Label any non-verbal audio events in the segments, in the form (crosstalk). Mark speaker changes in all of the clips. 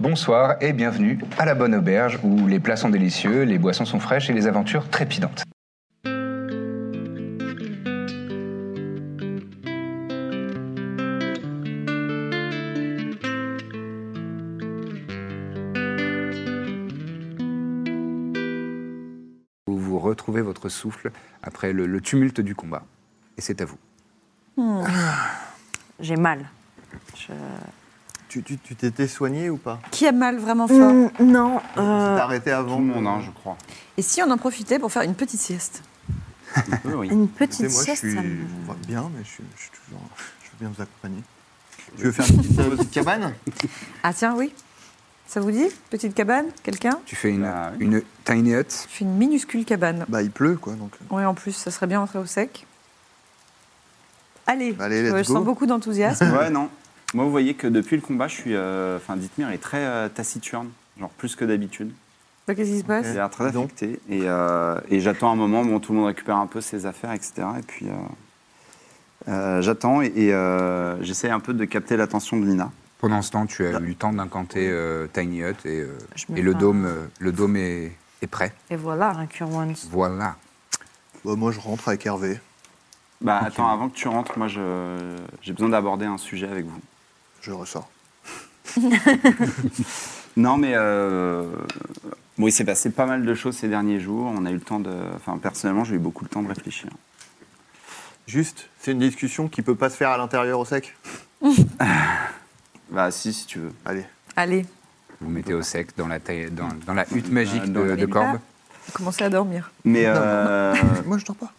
Speaker 1: Bonsoir et bienvenue à la Bonne Auberge où les plats sont délicieux, les boissons sont fraîches et les aventures trépidantes. Vous vous retrouvez votre souffle après le, le tumulte du combat. Et c'est à vous.
Speaker 2: J'ai mal. Je-
Speaker 3: Tu tu- tu t'étais soigné ou pas
Speaker 4: Qui a mal vraiment fort
Speaker 2: Mm. non.
Speaker 3: Tu t'es
Speaker 2: euh,
Speaker 3: arrêté avant
Speaker 5: Tout le monde, hein, je crois.
Speaker 4: Et si on en profitait pour faire une petite sieste
Speaker 2: une
Speaker 3: Écoutez,
Speaker 2: petite
Speaker 3: moi,
Speaker 2: sieste,
Speaker 3: je suis
Speaker 2: ça me-
Speaker 3: on va bien, mais je suis, je suis toujours. Je veux bien vous accompagner. Tu veux faire une petite, une petite cabane
Speaker 4: Ah tiens, oui. Ça vous dit Petite cabane Quelqu'un
Speaker 1: Tu fais une,
Speaker 5: Bah, oui.
Speaker 1: une tiny hut.
Speaker 4: Je fais une minuscule cabane.
Speaker 3: (laughs) Bah, il pleut, quoi. Donc,
Speaker 4: Oui, en plus, ça serait bien rentrer au sec. Allez,
Speaker 3: Allez,
Speaker 4: je
Speaker 3: let's
Speaker 4: sens
Speaker 3: go.
Speaker 4: beaucoup
Speaker 3: (laughs)
Speaker 4: d'enthousiasme.
Speaker 5: Ouais, non. Moi, vous voyez que depuis le combat, je suis. euh, Enfin, Dithmir est très euh, taciturne, genre plus que d'habitude.
Speaker 4: Bah, Qu'est-ce qui se passe
Speaker 5: Il a l'air très
Speaker 3: dis donc.
Speaker 5: affecté. Et, euh, et j'attends un moment où tout le monde récupère un peu ses affaires, etc. Et puis, euh, euh, j'attends et, et, euh, j'essaie un peu de capter l'attention de Lina.
Speaker 1: Pendant ce temps, tu as eu le temps d'incanter euh, tiny hut et, euh,
Speaker 2: Je me
Speaker 1: et le
Speaker 2: fais un-
Speaker 1: dôme, euh, le dôme est, est prêt.
Speaker 2: Et voilà, un cure once.
Speaker 1: Voilà.
Speaker 3: bah, moi, je rentre avec Hervé.
Speaker 5: Bah, attends, avant que tu rentres, moi, je- j'ai besoin d'aborder un sujet avec vous.
Speaker 3: Je ressors.
Speaker 5: Non, mais euh, bon, il s'est passé pas mal de choses ces derniers jours. On a eu le temps de. Enfin, personnellement, j'ai eu beaucoup le temps de réfléchir.
Speaker 3: Juste, c'est une discussion qui peut pas se faire à l'intérieur au sec.
Speaker 5: Bah, si, si tu veux.
Speaker 3: Allez.
Speaker 4: Allez,
Speaker 1: Vous mettez au sec dans la, taille- dans, dans la hutte magique
Speaker 5: Dans
Speaker 1: de,
Speaker 5: la-
Speaker 1: de Corbe.
Speaker 4: commencez à dormir.
Speaker 5: Mais euh,
Speaker 3: Moi, je dors pas.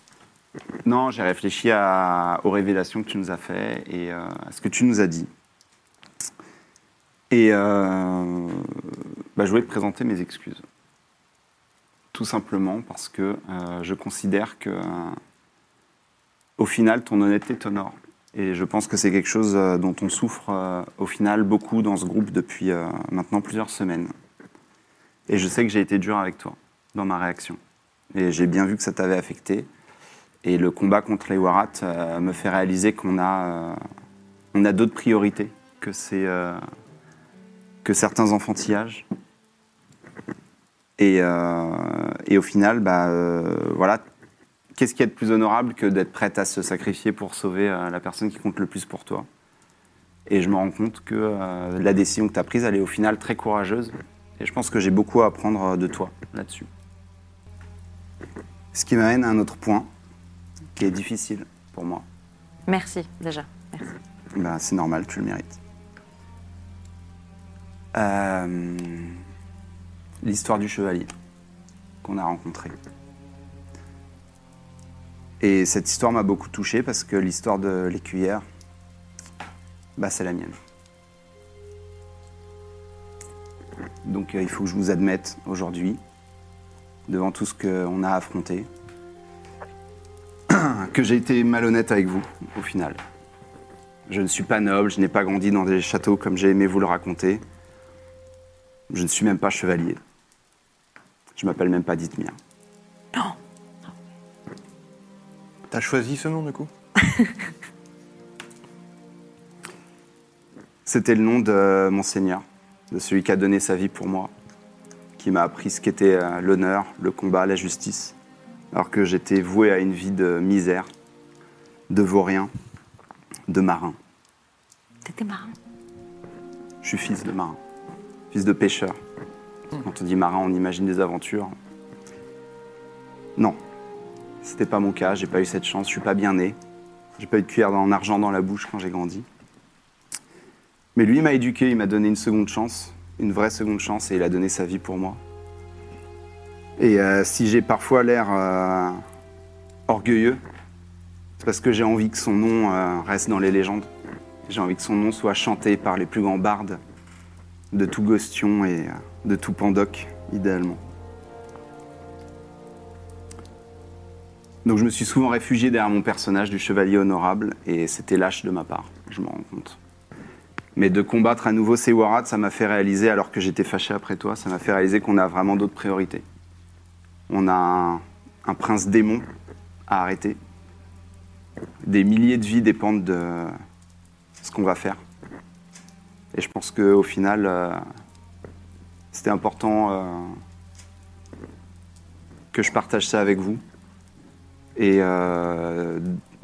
Speaker 5: non, j'ai réfléchi à- aux révélations que tu nous as fait et euh, à ce que tu nous as dit. Et euh, bah, je voulais te présenter mes excuses. Tout simplement parce que euh, je considère que, euh, au final, ton honnêteté t'honore. Et je pense que c'est quelque chose euh, dont on souffre euh, au final beaucoup dans ce groupe depuis euh, maintenant plusieurs semaines. Et je sais que j'ai été dur avec toi dans ma réaction. Et j'ai bien vu que ça t'avait affecté. Et le combat contre les Warats euh, me fait réaliser qu'on a, euh, on a d'autres priorités que, ces, euh, que certains enfantillages. Et, euh, et au final, bah, euh, voilà, qu'est-ce qu'il y a de plus honorable que d'être prête à se sacrifier pour sauver euh, la personne qui compte le plus pour toi Et je me rends compte que euh, la décision que tu as prise, elle est au final très courageuse. Et je pense que j'ai beaucoup à apprendre euh, de toi là-dessus. Ce qui m'amène à un autre point qui est difficile pour moi.
Speaker 2: Merci, déjà. Merci.
Speaker 5: Ben, c'est normal, tu le mérites. Euh, L'histoire du chevalier qu'on a rencontré. Et cette histoire m'a beaucoup touché parce que l'histoire de l'écuyère, bah, c'est la mienne. Donc euh, il faut que je vous admette aujourd'hui, devant tout ce qu'on a affronté, (coughs) que j'ai été malhonnête avec vous au final. Je ne suis pas noble, je n'ai pas grandi dans des châteaux comme j'ai aimé vous le raconter. Je ne suis même pas chevalier. Je m'appelle même pas Dithmir.
Speaker 3: T'as choisi ce nom, du coup
Speaker 5: C'était le nom de mon Seigneur, de celui qui a donné sa vie pour moi, qui m'a appris ce qu'était euh, l'honneur, le combat, la justice, alors que j'étais voué à une vie de misère, de vaurien, de marin.
Speaker 2: T'étais marrant.
Speaker 5: Je suis fils de marin, fils de pêcheur. Quand on dit marin, on imagine des aventures. Non, c'était pas mon cas, j'ai pas eu cette chance, je suis pas bien né. J'ai pas eu de cuillère en argent dans la bouche quand j'ai grandi. Mais lui il m'a éduqué, il m'a donné une seconde chance, une vraie seconde chance, et il a donné sa vie pour moi. Et euh, si j'ai parfois l'air euh, orgueilleux, c'est parce que j'ai envie que son nom euh, reste dans les légendes J'ai envie que son nom soit chanté par les plus grands bardes de tout Gostion et euh, de tout Pandoc, idéalement. Donc je me suis souvent réfugié derrière mon personnage du chevalier honorable et c'était lâche de ma part, je m'en rends compte. Mais de combattre à nouveau ces Warats, ça m'a fait réaliser, alors que j'étais fâché après toi, ça m'a fait réaliser qu'on a vraiment d'autres priorités. On a un, un prince démon à arrêter. Des milliers de vies dépendent de ce qu'on va faire. Et je pense qu'au final, euh, c'était important euh, que je partage ça avec vous. Et euh,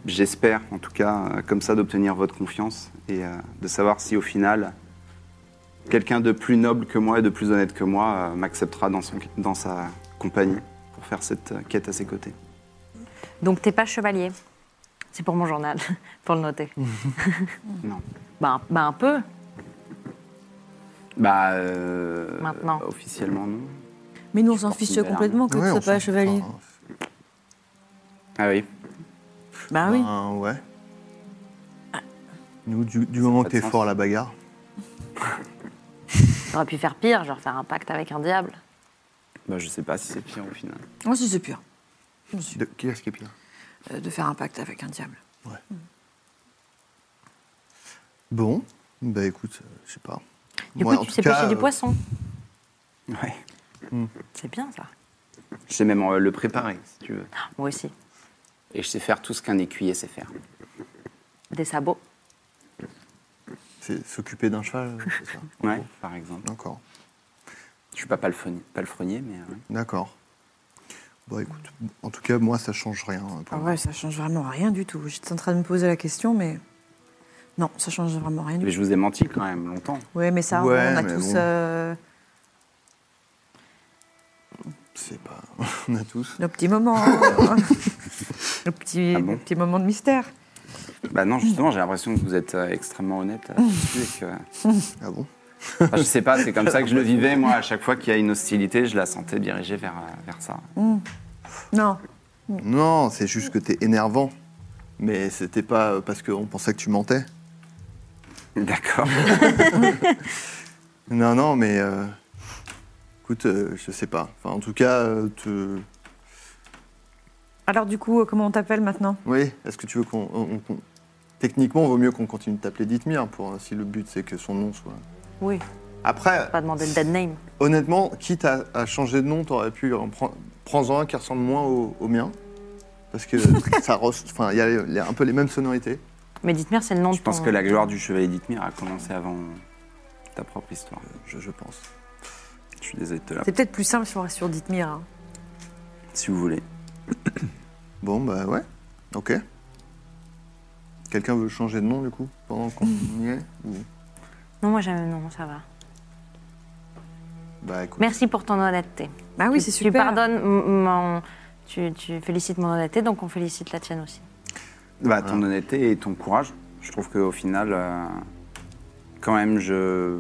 Speaker 5: j'espère, en tout cas, euh, comme ça, d'obtenir votre confiance et euh, de savoir si, au final, quelqu'un de plus noble que moi et de plus honnête que moi euh, m'acceptera dans, son- dans sa compagnie pour faire cette euh, quête à ses côtés.
Speaker 2: Donc t'es pas chevalier. C'est pour mon journal, (laughs) pour le noter.
Speaker 5: Non.
Speaker 2: Bah, un- bah, un peu.
Speaker 5: Bah. euh,
Speaker 2: Maintenant.
Speaker 5: Officiellement, non.
Speaker 6: Mais nous, on s'en
Speaker 5: porte
Speaker 6: fiche
Speaker 5: une belle arme.
Speaker 6: complètement que
Speaker 3: Ouais,
Speaker 6: tu
Speaker 3: on
Speaker 6: sois pas
Speaker 3: s'en- hein.
Speaker 6: chevalier.
Speaker 3: enfin,
Speaker 5: Ah oui.
Speaker 6: Bah oui.
Speaker 3: ben, ouais.
Speaker 2: Ah.
Speaker 3: Nous, du, du moment
Speaker 5: pas
Speaker 3: que
Speaker 5: de
Speaker 3: t'es
Speaker 5: sens.
Speaker 3: fort à la bagarre,
Speaker 2: T'aurais pu faire pire, genre faire un pacte avec un diable.
Speaker 5: Bah, je sais pas si c'est pire au final.
Speaker 4: Oh,
Speaker 6: Moi, si c'est pire. Je suis-
Speaker 3: de, qui est-ce qui est pire
Speaker 6: euh, de faire un pacte avec un diable.
Speaker 3: Bon, bah écoute, euh, je sais pas.
Speaker 2: Du
Speaker 3: Moi, en
Speaker 2: coup, tu
Speaker 3: tout
Speaker 2: sais
Speaker 3: cas,
Speaker 2: pêcher du
Speaker 3: euh,
Speaker 2: poisson.
Speaker 5: Ouais.
Speaker 2: C'est bien ça.
Speaker 5: Je sais même euh, le préparer, si tu veux.
Speaker 2: Ah, Moi aussi.
Speaker 5: Et je sais faire tout ce qu'un écuyer sait faire.
Speaker 2: Des sabots.
Speaker 3: C'est s'occuper d'un cheval, euh, c'est ça en
Speaker 5: Ouais,
Speaker 3: gros.
Speaker 5: par exemple.
Speaker 3: D'accord,
Speaker 5: Je suis pas palefrenier, palefrenier mais. euh, ouais.
Speaker 3: d'accord. Bon, écoute, en tout cas, moi, ça change rien. euh, pour
Speaker 6: Ah
Speaker 3: moi.
Speaker 6: ouais, ça change vraiment rien du tout. J'étais en train de me poser la question, mais non, ça change vraiment rien du
Speaker 5: Mais
Speaker 6: tout.
Speaker 5: je vous ai menti quand même longtemps.
Speaker 6: Ouais, mais ça,
Speaker 3: Ouais,
Speaker 6: on a
Speaker 3: mais
Speaker 6: tous.
Speaker 3: bon.
Speaker 6: euh,
Speaker 3: C'est pas. (laughs) On a tous.
Speaker 6: Nos petits moments. hein. nos, petits,
Speaker 5: Ah bon
Speaker 6: nos petits moments de mystère.
Speaker 5: Bah non, justement, j'ai l'impression que vous êtes euh, extrêmement honnête euh, là-dessus. et que-
Speaker 3: Ah bon
Speaker 5: Enfin, je sais pas, c'est comme ça que je le vivais, moi. À chaque fois qu'il y a une hostilité, je la sentais dirigée vers, euh, vers ça.
Speaker 6: Non.
Speaker 2: Mm.
Speaker 3: Non, c'est juste que t'es énervant. Mais c'était pas euh, parce qu'on pensait que tu mentais.
Speaker 5: D'accord.
Speaker 3: Non, non, mais. euh, Écoute, euh, je sais pas. Enfin, en tout cas, euh, te-
Speaker 6: Alors, du coup, euh, comment on t'appelle maintenant
Speaker 3: Oui, est-ce que tu veux qu'on. on- on- qu'on- Techniquement, vaut mieux qu'on continue de t'appeler Dithmir, pour, euh, si le but c'est que son nom soit.
Speaker 2: Oui.
Speaker 3: Après,
Speaker 2: Pas demander le dead name.
Speaker 3: honnêtement, quitte à, à changer de nom, t'aurais pu en prendre. Prends-en un qui ressemble moins au, au mien. Parce
Speaker 2: (laughs)
Speaker 3: que ça. res- Enfin, il y a les- les- un peu les mêmes sonorités.
Speaker 2: Mais dites-moi, c'est le nom
Speaker 5: Je
Speaker 2: de
Speaker 5: pense
Speaker 2: ton-
Speaker 5: que la gloire du chevalier d'Ithmir a commencé avant ta propre histoire.
Speaker 3: Je, je pense.
Speaker 5: Je suis désolé de te la...
Speaker 6: C'est peut-être plus simple si on reste sur Dithmir. hein.
Speaker 5: Si vous voulez.
Speaker 3: Bon, bah ouais. Ok. Quelqu'un veut changer de nom, du coup, pendant qu'on y est ou-
Speaker 2: Non, moi j'aime. Non, ça va.
Speaker 3: Bah écoute.
Speaker 2: Merci pour ton honnêteté.
Speaker 6: Bah oui,
Speaker 2: Tu-
Speaker 6: c'est super.
Speaker 2: Tu pardonnes m- mon. Tu, tu félicites mon honnêteté, donc on félicite la tienne aussi.
Speaker 5: Bah, ton honnêteté et ton courage, je trouve qu'au final, euh, quand même, je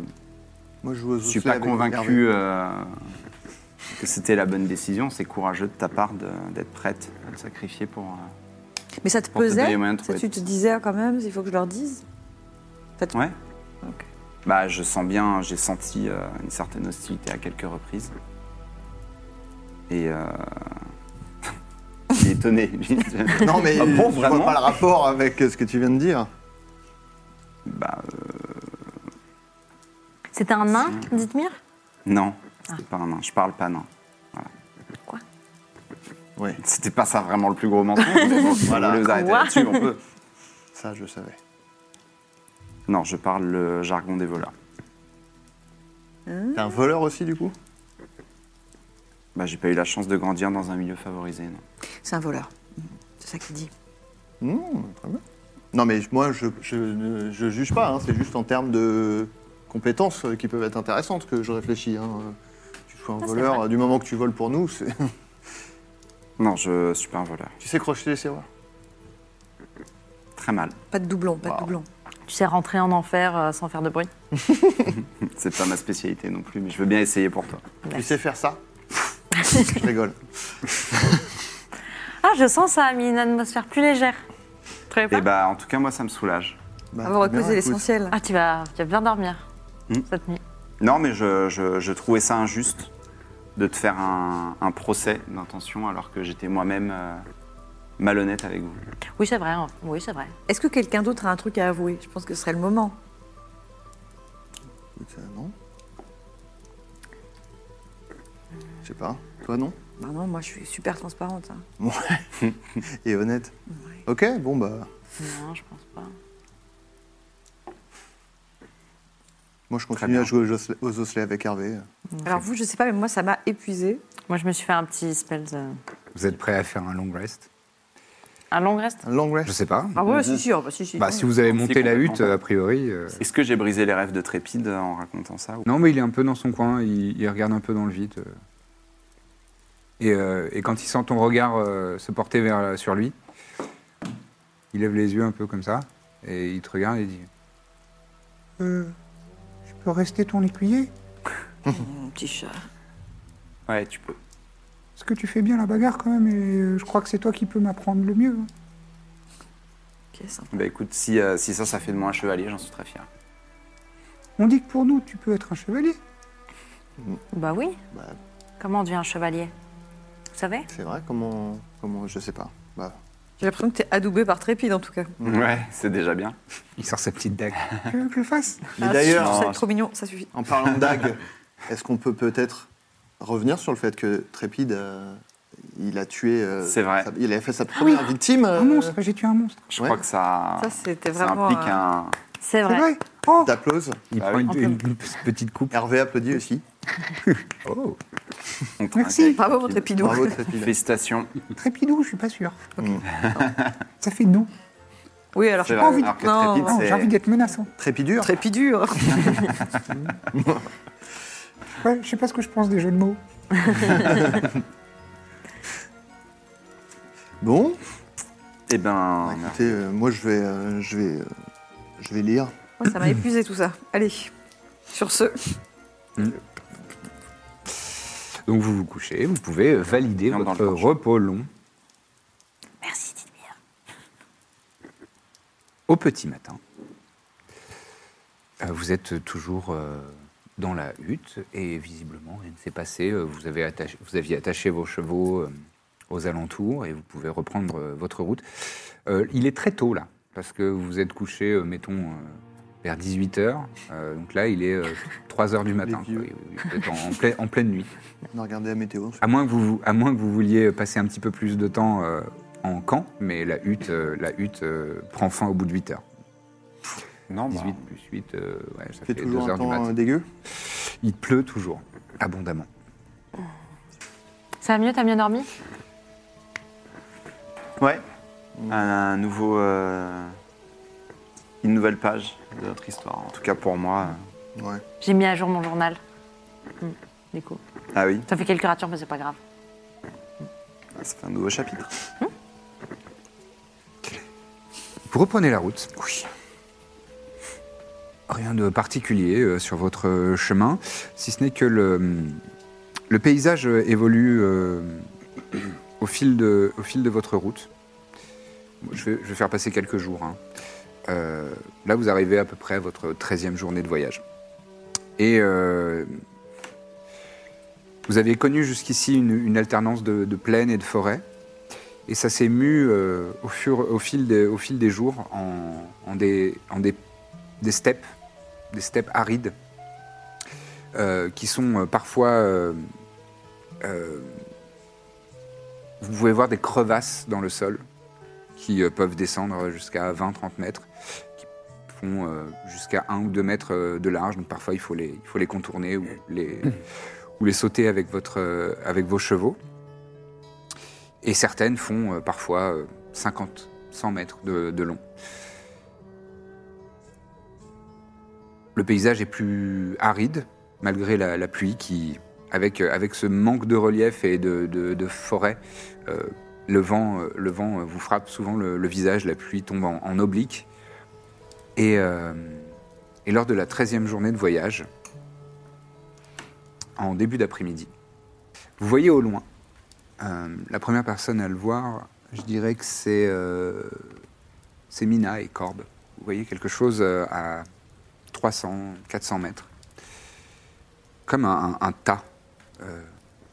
Speaker 3: Moi, je joue aux
Speaker 5: Je suis
Speaker 3: osselets
Speaker 5: pas
Speaker 3: avec Hervé.
Speaker 5: convaincu euh, que c'était la bonne décision. C'est courageux de ta part de- d'être prête à te sacrifier pour. euh,
Speaker 6: Mais ça te
Speaker 5: Pour te donner
Speaker 6: pesait
Speaker 5: les moyens de
Speaker 6: ça,
Speaker 5: trouver
Speaker 6: Tu
Speaker 5: tout
Speaker 6: te
Speaker 5: ça.
Speaker 6: disais ah, quand même, il faut que je leur dise
Speaker 5: Ouais.
Speaker 6: Ok.
Speaker 5: Bah, je sens bien. J'ai senti euh, une certaine hostilité à quelques reprises. Et. euh, (laughs) Il est étonné. lui.
Speaker 3: Non, mais
Speaker 5: (laughs) Ah bon,
Speaker 3: je vois
Speaker 5: vraiment
Speaker 3: pas le rapport avec euh, ce que tu viens de dire.
Speaker 5: Bah, euh,
Speaker 2: C'était un nain, dites-moi
Speaker 5: non.
Speaker 3: Ah.
Speaker 5: C'était pas un nain. Je parle pas nain.
Speaker 2: Quoi
Speaker 3: Oui,
Speaker 5: C'était pas ça vraiment le plus gros mensonge. mais (laughs) bon, si
Speaker 3: Voilà.
Speaker 5: vous voulez vous arrêter
Speaker 2: Quoi
Speaker 5: là-dessus, on peut.
Speaker 3: ça, je savais.
Speaker 5: Non, je parle le jargon des voleurs.
Speaker 3: T'es un voleur aussi, du coup
Speaker 5: Bah, j'ai pas eu la chance de grandir dans un milieu favorisé, non.
Speaker 6: C'est un voleur. C'est ça qu'il dit.
Speaker 3: Mmh, très bien. Non, mais moi, je, je ne je juge pas. hein, C'est juste en termes de compétences euh, qui peuvent être intéressantes que je réfléchis. hein. Euh, Tu sois un voleur, euh, du moment que tu voles pour nous, c'est- (laughs)
Speaker 5: Non, je suis pas un voleur.
Speaker 3: tu sais crocheter les serrures.
Speaker 5: Très mal. (laughs)
Speaker 6: Pas de doublon, pas de doublon.
Speaker 2: Tu sais rentrer en enfer euh, sans faire de bruit
Speaker 5: C'est pas ma spécialité non plus, mais je veux bien essayer pour toi.
Speaker 3: Tu sais faire
Speaker 6: (laughs)
Speaker 3: ça Je rigole.
Speaker 2: Ah, je sens ça a mis une atmosphère plus légère. Très
Speaker 6: Eh
Speaker 5: Eh
Speaker 6: ben.
Speaker 5: Et bah, en tout cas, moi, ça me soulage.
Speaker 3: Bah,
Speaker 6: à vous
Speaker 3: très bien,
Speaker 6: reposer
Speaker 3: écoute.
Speaker 6: l'essentiel.
Speaker 2: Ah, tu vas, tu vas bien dormir
Speaker 5: Hmm.
Speaker 2: cette nuit.
Speaker 5: Non, mais je, je- je trouvais ça injuste de te faire un, un procès d'intention alors que j'étais moi-même euh, malhonnête avec vous.
Speaker 2: Oui, c'est vrai. hein. Oui, c'est vrai.
Speaker 6: Est-ce que quelqu'un d'autre a un truc à avouer Je pense que ce serait le moment.
Speaker 3: Écoute, euh, non. Je sais pas. Toi, non
Speaker 6: Bah non, moi je suis super transparente. hein.
Speaker 3: Et honnête. Ok, bon, bah.
Speaker 2: Non, je pense pas.
Speaker 3: Moi, je
Speaker 5: Très
Speaker 3: continue
Speaker 5: bien.
Speaker 3: à jouer aux osselets- aux osselets avec Hervé.
Speaker 6: Alors vous, je sais pas, mais moi ça m'a épuisée.
Speaker 2: Moi, je me suis fait un petit spell. de-
Speaker 7: Vous êtes prêts à faire un long rest
Speaker 2: Un long reste
Speaker 3: Un long rest.
Speaker 7: Je sais pas.
Speaker 6: Ah ouais, si, si, ah bah, si, si.
Speaker 7: Bah, si vous avez monté la
Speaker 5: complètement
Speaker 7: hutte, a priori. euh,
Speaker 5: Est-ce que j'ai brisé les rêves de Trépide en racontant ça ou-
Speaker 7: Non, mais il est un peu dans son coin, il, il regarde un peu dans le vide. euh. Et, euh, et quand il sent ton regard euh, se porter vers, sur lui, il lève les yeux un peu comme ça, et il te regarde et dit Euh, Je peux rester ton écuyer
Speaker 6: Mon petit chat.
Speaker 5: Ouais, tu peux.
Speaker 7: Parce que tu fais bien la bagarre quand même, et euh, je crois que c'est toi qui peux m'apprendre le mieux. hein.
Speaker 6: Ok, sympa.
Speaker 5: Bah écoute, si, euh, si ça, ça fait de moi un chevalier, j'en suis très fier.
Speaker 7: On dit que pour nous, tu peux être un chevalier.
Speaker 2: Bah oui.
Speaker 3: Bah,
Speaker 2: Comment on devient un chevalier Vous savez
Speaker 3: c'est vrai, comment. Comment. Je sais pas. Bah.
Speaker 6: J'ai l'impression que t'es adoubé par Trépide en tout cas.
Speaker 5: Ouais, c'est déjà bien.
Speaker 7: Il sort sa petite dague. tu veux que je le fasse
Speaker 3: Mais
Speaker 6: Ah,
Speaker 3: d'ailleurs,
Speaker 6: c'est-
Speaker 5: non.
Speaker 6: c'est trop mignon, ça suffit.
Speaker 3: en parlant de dague, (laughs) est-ce qu'on peut peut-être revenir sur le fait que Trépide, euh, il a tué. euh,
Speaker 5: C'est vrai.
Speaker 3: sa- il a fait
Speaker 6: Ah
Speaker 3: sa première victime. euh,
Speaker 7: Un monstre, j'ai tué un monstre.
Speaker 5: Je
Speaker 3: Ouais.
Speaker 5: crois que ça,
Speaker 6: Ça, c'était
Speaker 5: ça
Speaker 6: vraiment,
Speaker 5: implique
Speaker 6: euh,
Speaker 5: un...
Speaker 2: C'est
Speaker 7: C'est
Speaker 2: vrai.
Speaker 7: vrai Oh
Speaker 3: D'applause.
Speaker 7: Il
Speaker 5: Ah
Speaker 7: prend
Speaker 5: oui.
Speaker 7: une, une- une petite coupe.
Speaker 3: Hervé applaudit aussi.
Speaker 7: Oh
Speaker 5: on te
Speaker 7: Merci.
Speaker 5: intègre,
Speaker 6: Bravo mon
Speaker 5: Trépide.
Speaker 6: Trépidou. (laughs)
Speaker 3: Bravo, Trépide.
Speaker 5: Félicitations.
Speaker 7: Trépidou, je suis pas sûr.
Speaker 3: Mm.
Speaker 7: (laughs) Ça fait doux.
Speaker 6: Oui, alors
Speaker 5: C'est
Speaker 6: j'ai
Speaker 5: vrai,
Speaker 6: pas envie de.
Speaker 5: alors que
Speaker 6: Non,
Speaker 5: Trépide,
Speaker 7: Oh,
Speaker 5: c'est-
Speaker 7: J'ai envie d'être menaçant.
Speaker 3: Trépidur. (laughs)
Speaker 6: Trépidur.
Speaker 7: Ouais, je sais pas ce que je pense des jeux de mots.
Speaker 3: Bon.
Speaker 5: Eh
Speaker 7: Ah,
Speaker 5: ben,
Speaker 3: Bah, écoutez, euh, moi, je vais. euh, je vais. euh, je vais lire.
Speaker 6: Moi, ça m'a épuisé tout ça. Allez, sur ce.
Speaker 7: Donc vous vous couchez, vous pouvez valider
Speaker 5: Viens dans
Speaker 7: votre
Speaker 5: le porche.
Speaker 7: repos long
Speaker 2: Merci, Didmir.
Speaker 7: au petit matin. Euh, Vous êtes toujours euh, dans la hutte et visiblement rien ne s'est passé. Euh, Vous, avez attaché, vous aviez attaché vos chevaux euh, aux alentours et vous pouvez reprendre euh, votre route. Euh, il est très tôt là, parce que vous êtes couché, euh, mettons, euh, vers 18h. donc là, il est 3h du matin.
Speaker 3: vieux.
Speaker 7: quoi. Vous êtes en, en pleine- en pleine nuit.
Speaker 3: On a regardé la météo.
Speaker 7: À moins que vous, à moins que vous vouliez passer un petit peu plus de temps euh, en camp, mais la hutte, euh, la hutte euh, prend fin au bout de 8 heures.
Speaker 5: non, bah,
Speaker 7: 18 plus 8, euh, ouais, ça fait
Speaker 3: Il fait
Speaker 7: 2
Speaker 3: toujours un
Speaker 7: heures du
Speaker 3: temps
Speaker 7: matin.
Speaker 3: euh, dégueu.
Speaker 7: Il pleut toujours, abondamment.
Speaker 2: Ça va mieux T'as bien dormi
Speaker 5: Ouais. Un nouveau. euh, une nouvelle page de notre histoire. En tout cas pour moi. euh.
Speaker 3: Ouais.
Speaker 2: J'ai mis à jour mon journal. Hmm, Du coup,
Speaker 5: Ah oui,
Speaker 2: ça fait quelques ratures, mais c'est pas grave.
Speaker 5: ça fait un nouveau chapitre.
Speaker 7: Vous reprenez la route. Oui. Rien de particulier euh, sur votre euh, chemin, si ce n'est que le, hum, le paysage euh, évolue euh, au, fil de, au fil de votre route. Bon, Je vais, je vais faire passer quelques jours. hein. Euh, là, vous arrivez à peu près à votre 13e journée de voyage. Et euh, vous avez connu jusqu'ici une, une alternance de, de plaines et de forêts. Et ça s'est mu euh, au, fur, au, fil des, au fil des jours en, en des, en des, des steppes, des steppes arides, euh, qui sont euh, parfois... euh, euh, vous pouvez voir des crevasses dans le sol qui euh, peuvent descendre jusqu'à 20-30 mètres, qui font euh, jusqu'à 1 ou 2 mètres euh, de large. Donc parfois, il faut les, il faut les contourner ou les, ou les sauter avec, votre, euh, avec vos chevaux. Et certaines font euh, parfois euh, 50, 100 mètres de, de long. Le paysage est plus aride, malgré la, la pluie qui, avec, euh, avec ce manque de relief et de, de- de forêt, euh, le vent, euh, le vent euh, vous frappe souvent le, le visage, la pluie tombe en, en oblique. Et, euh, et lors de la 13e journée de voyage, en début d'après-midi, vous voyez au loin euh, la première personne à le voir, je dirais que c'est euh, c'est Mina et Corbe, ou Vous voyez quelque chose euh, à 300, 400 mètres. Comme un, un- un tas. Euh,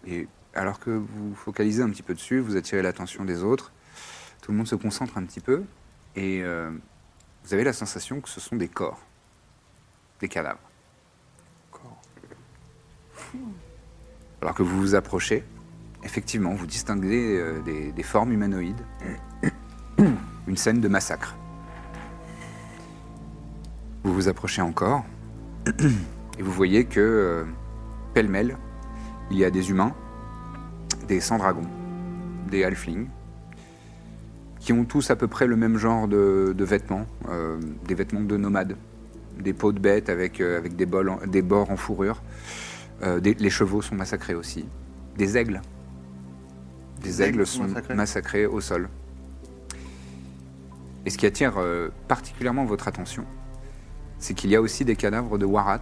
Speaker 7: et alors que vous focalisez un petit peu dessus, vous attirez l'attention des autres, tout le monde se concentre un petit peu, et euh, vous avez la sensation que ce sont des corps, des cadavres. Alors que vous vous approchez, effectivement, vous distinguez euh, des, des formes humanoïdes, (coughs) une scène de massacre. Vous vous approchez encore, (coughs) et vous voyez que, euh, pêle-mêle, il y a des humains, des sans-dragons, des halflings, qui ont tous à peu près le même genre de, de vêtements, euh, des vêtements de nomades, des peaux de bêtes avec, euh, avec des, bols en- des bords en fourrure. Euh, des- les chevaux sont massacrés aussi. Des aigles. Des
Speaker 3: Des aigles
Speaker 7: aigles
Speaker 3: sont
Speaker 7: sont
Speaker 3: massacrés.
Speaker 7: massacrés au sol. Et ce qui attire euh, particulièrement votre attention, c'est qu'il y a aussi des cadavres de warats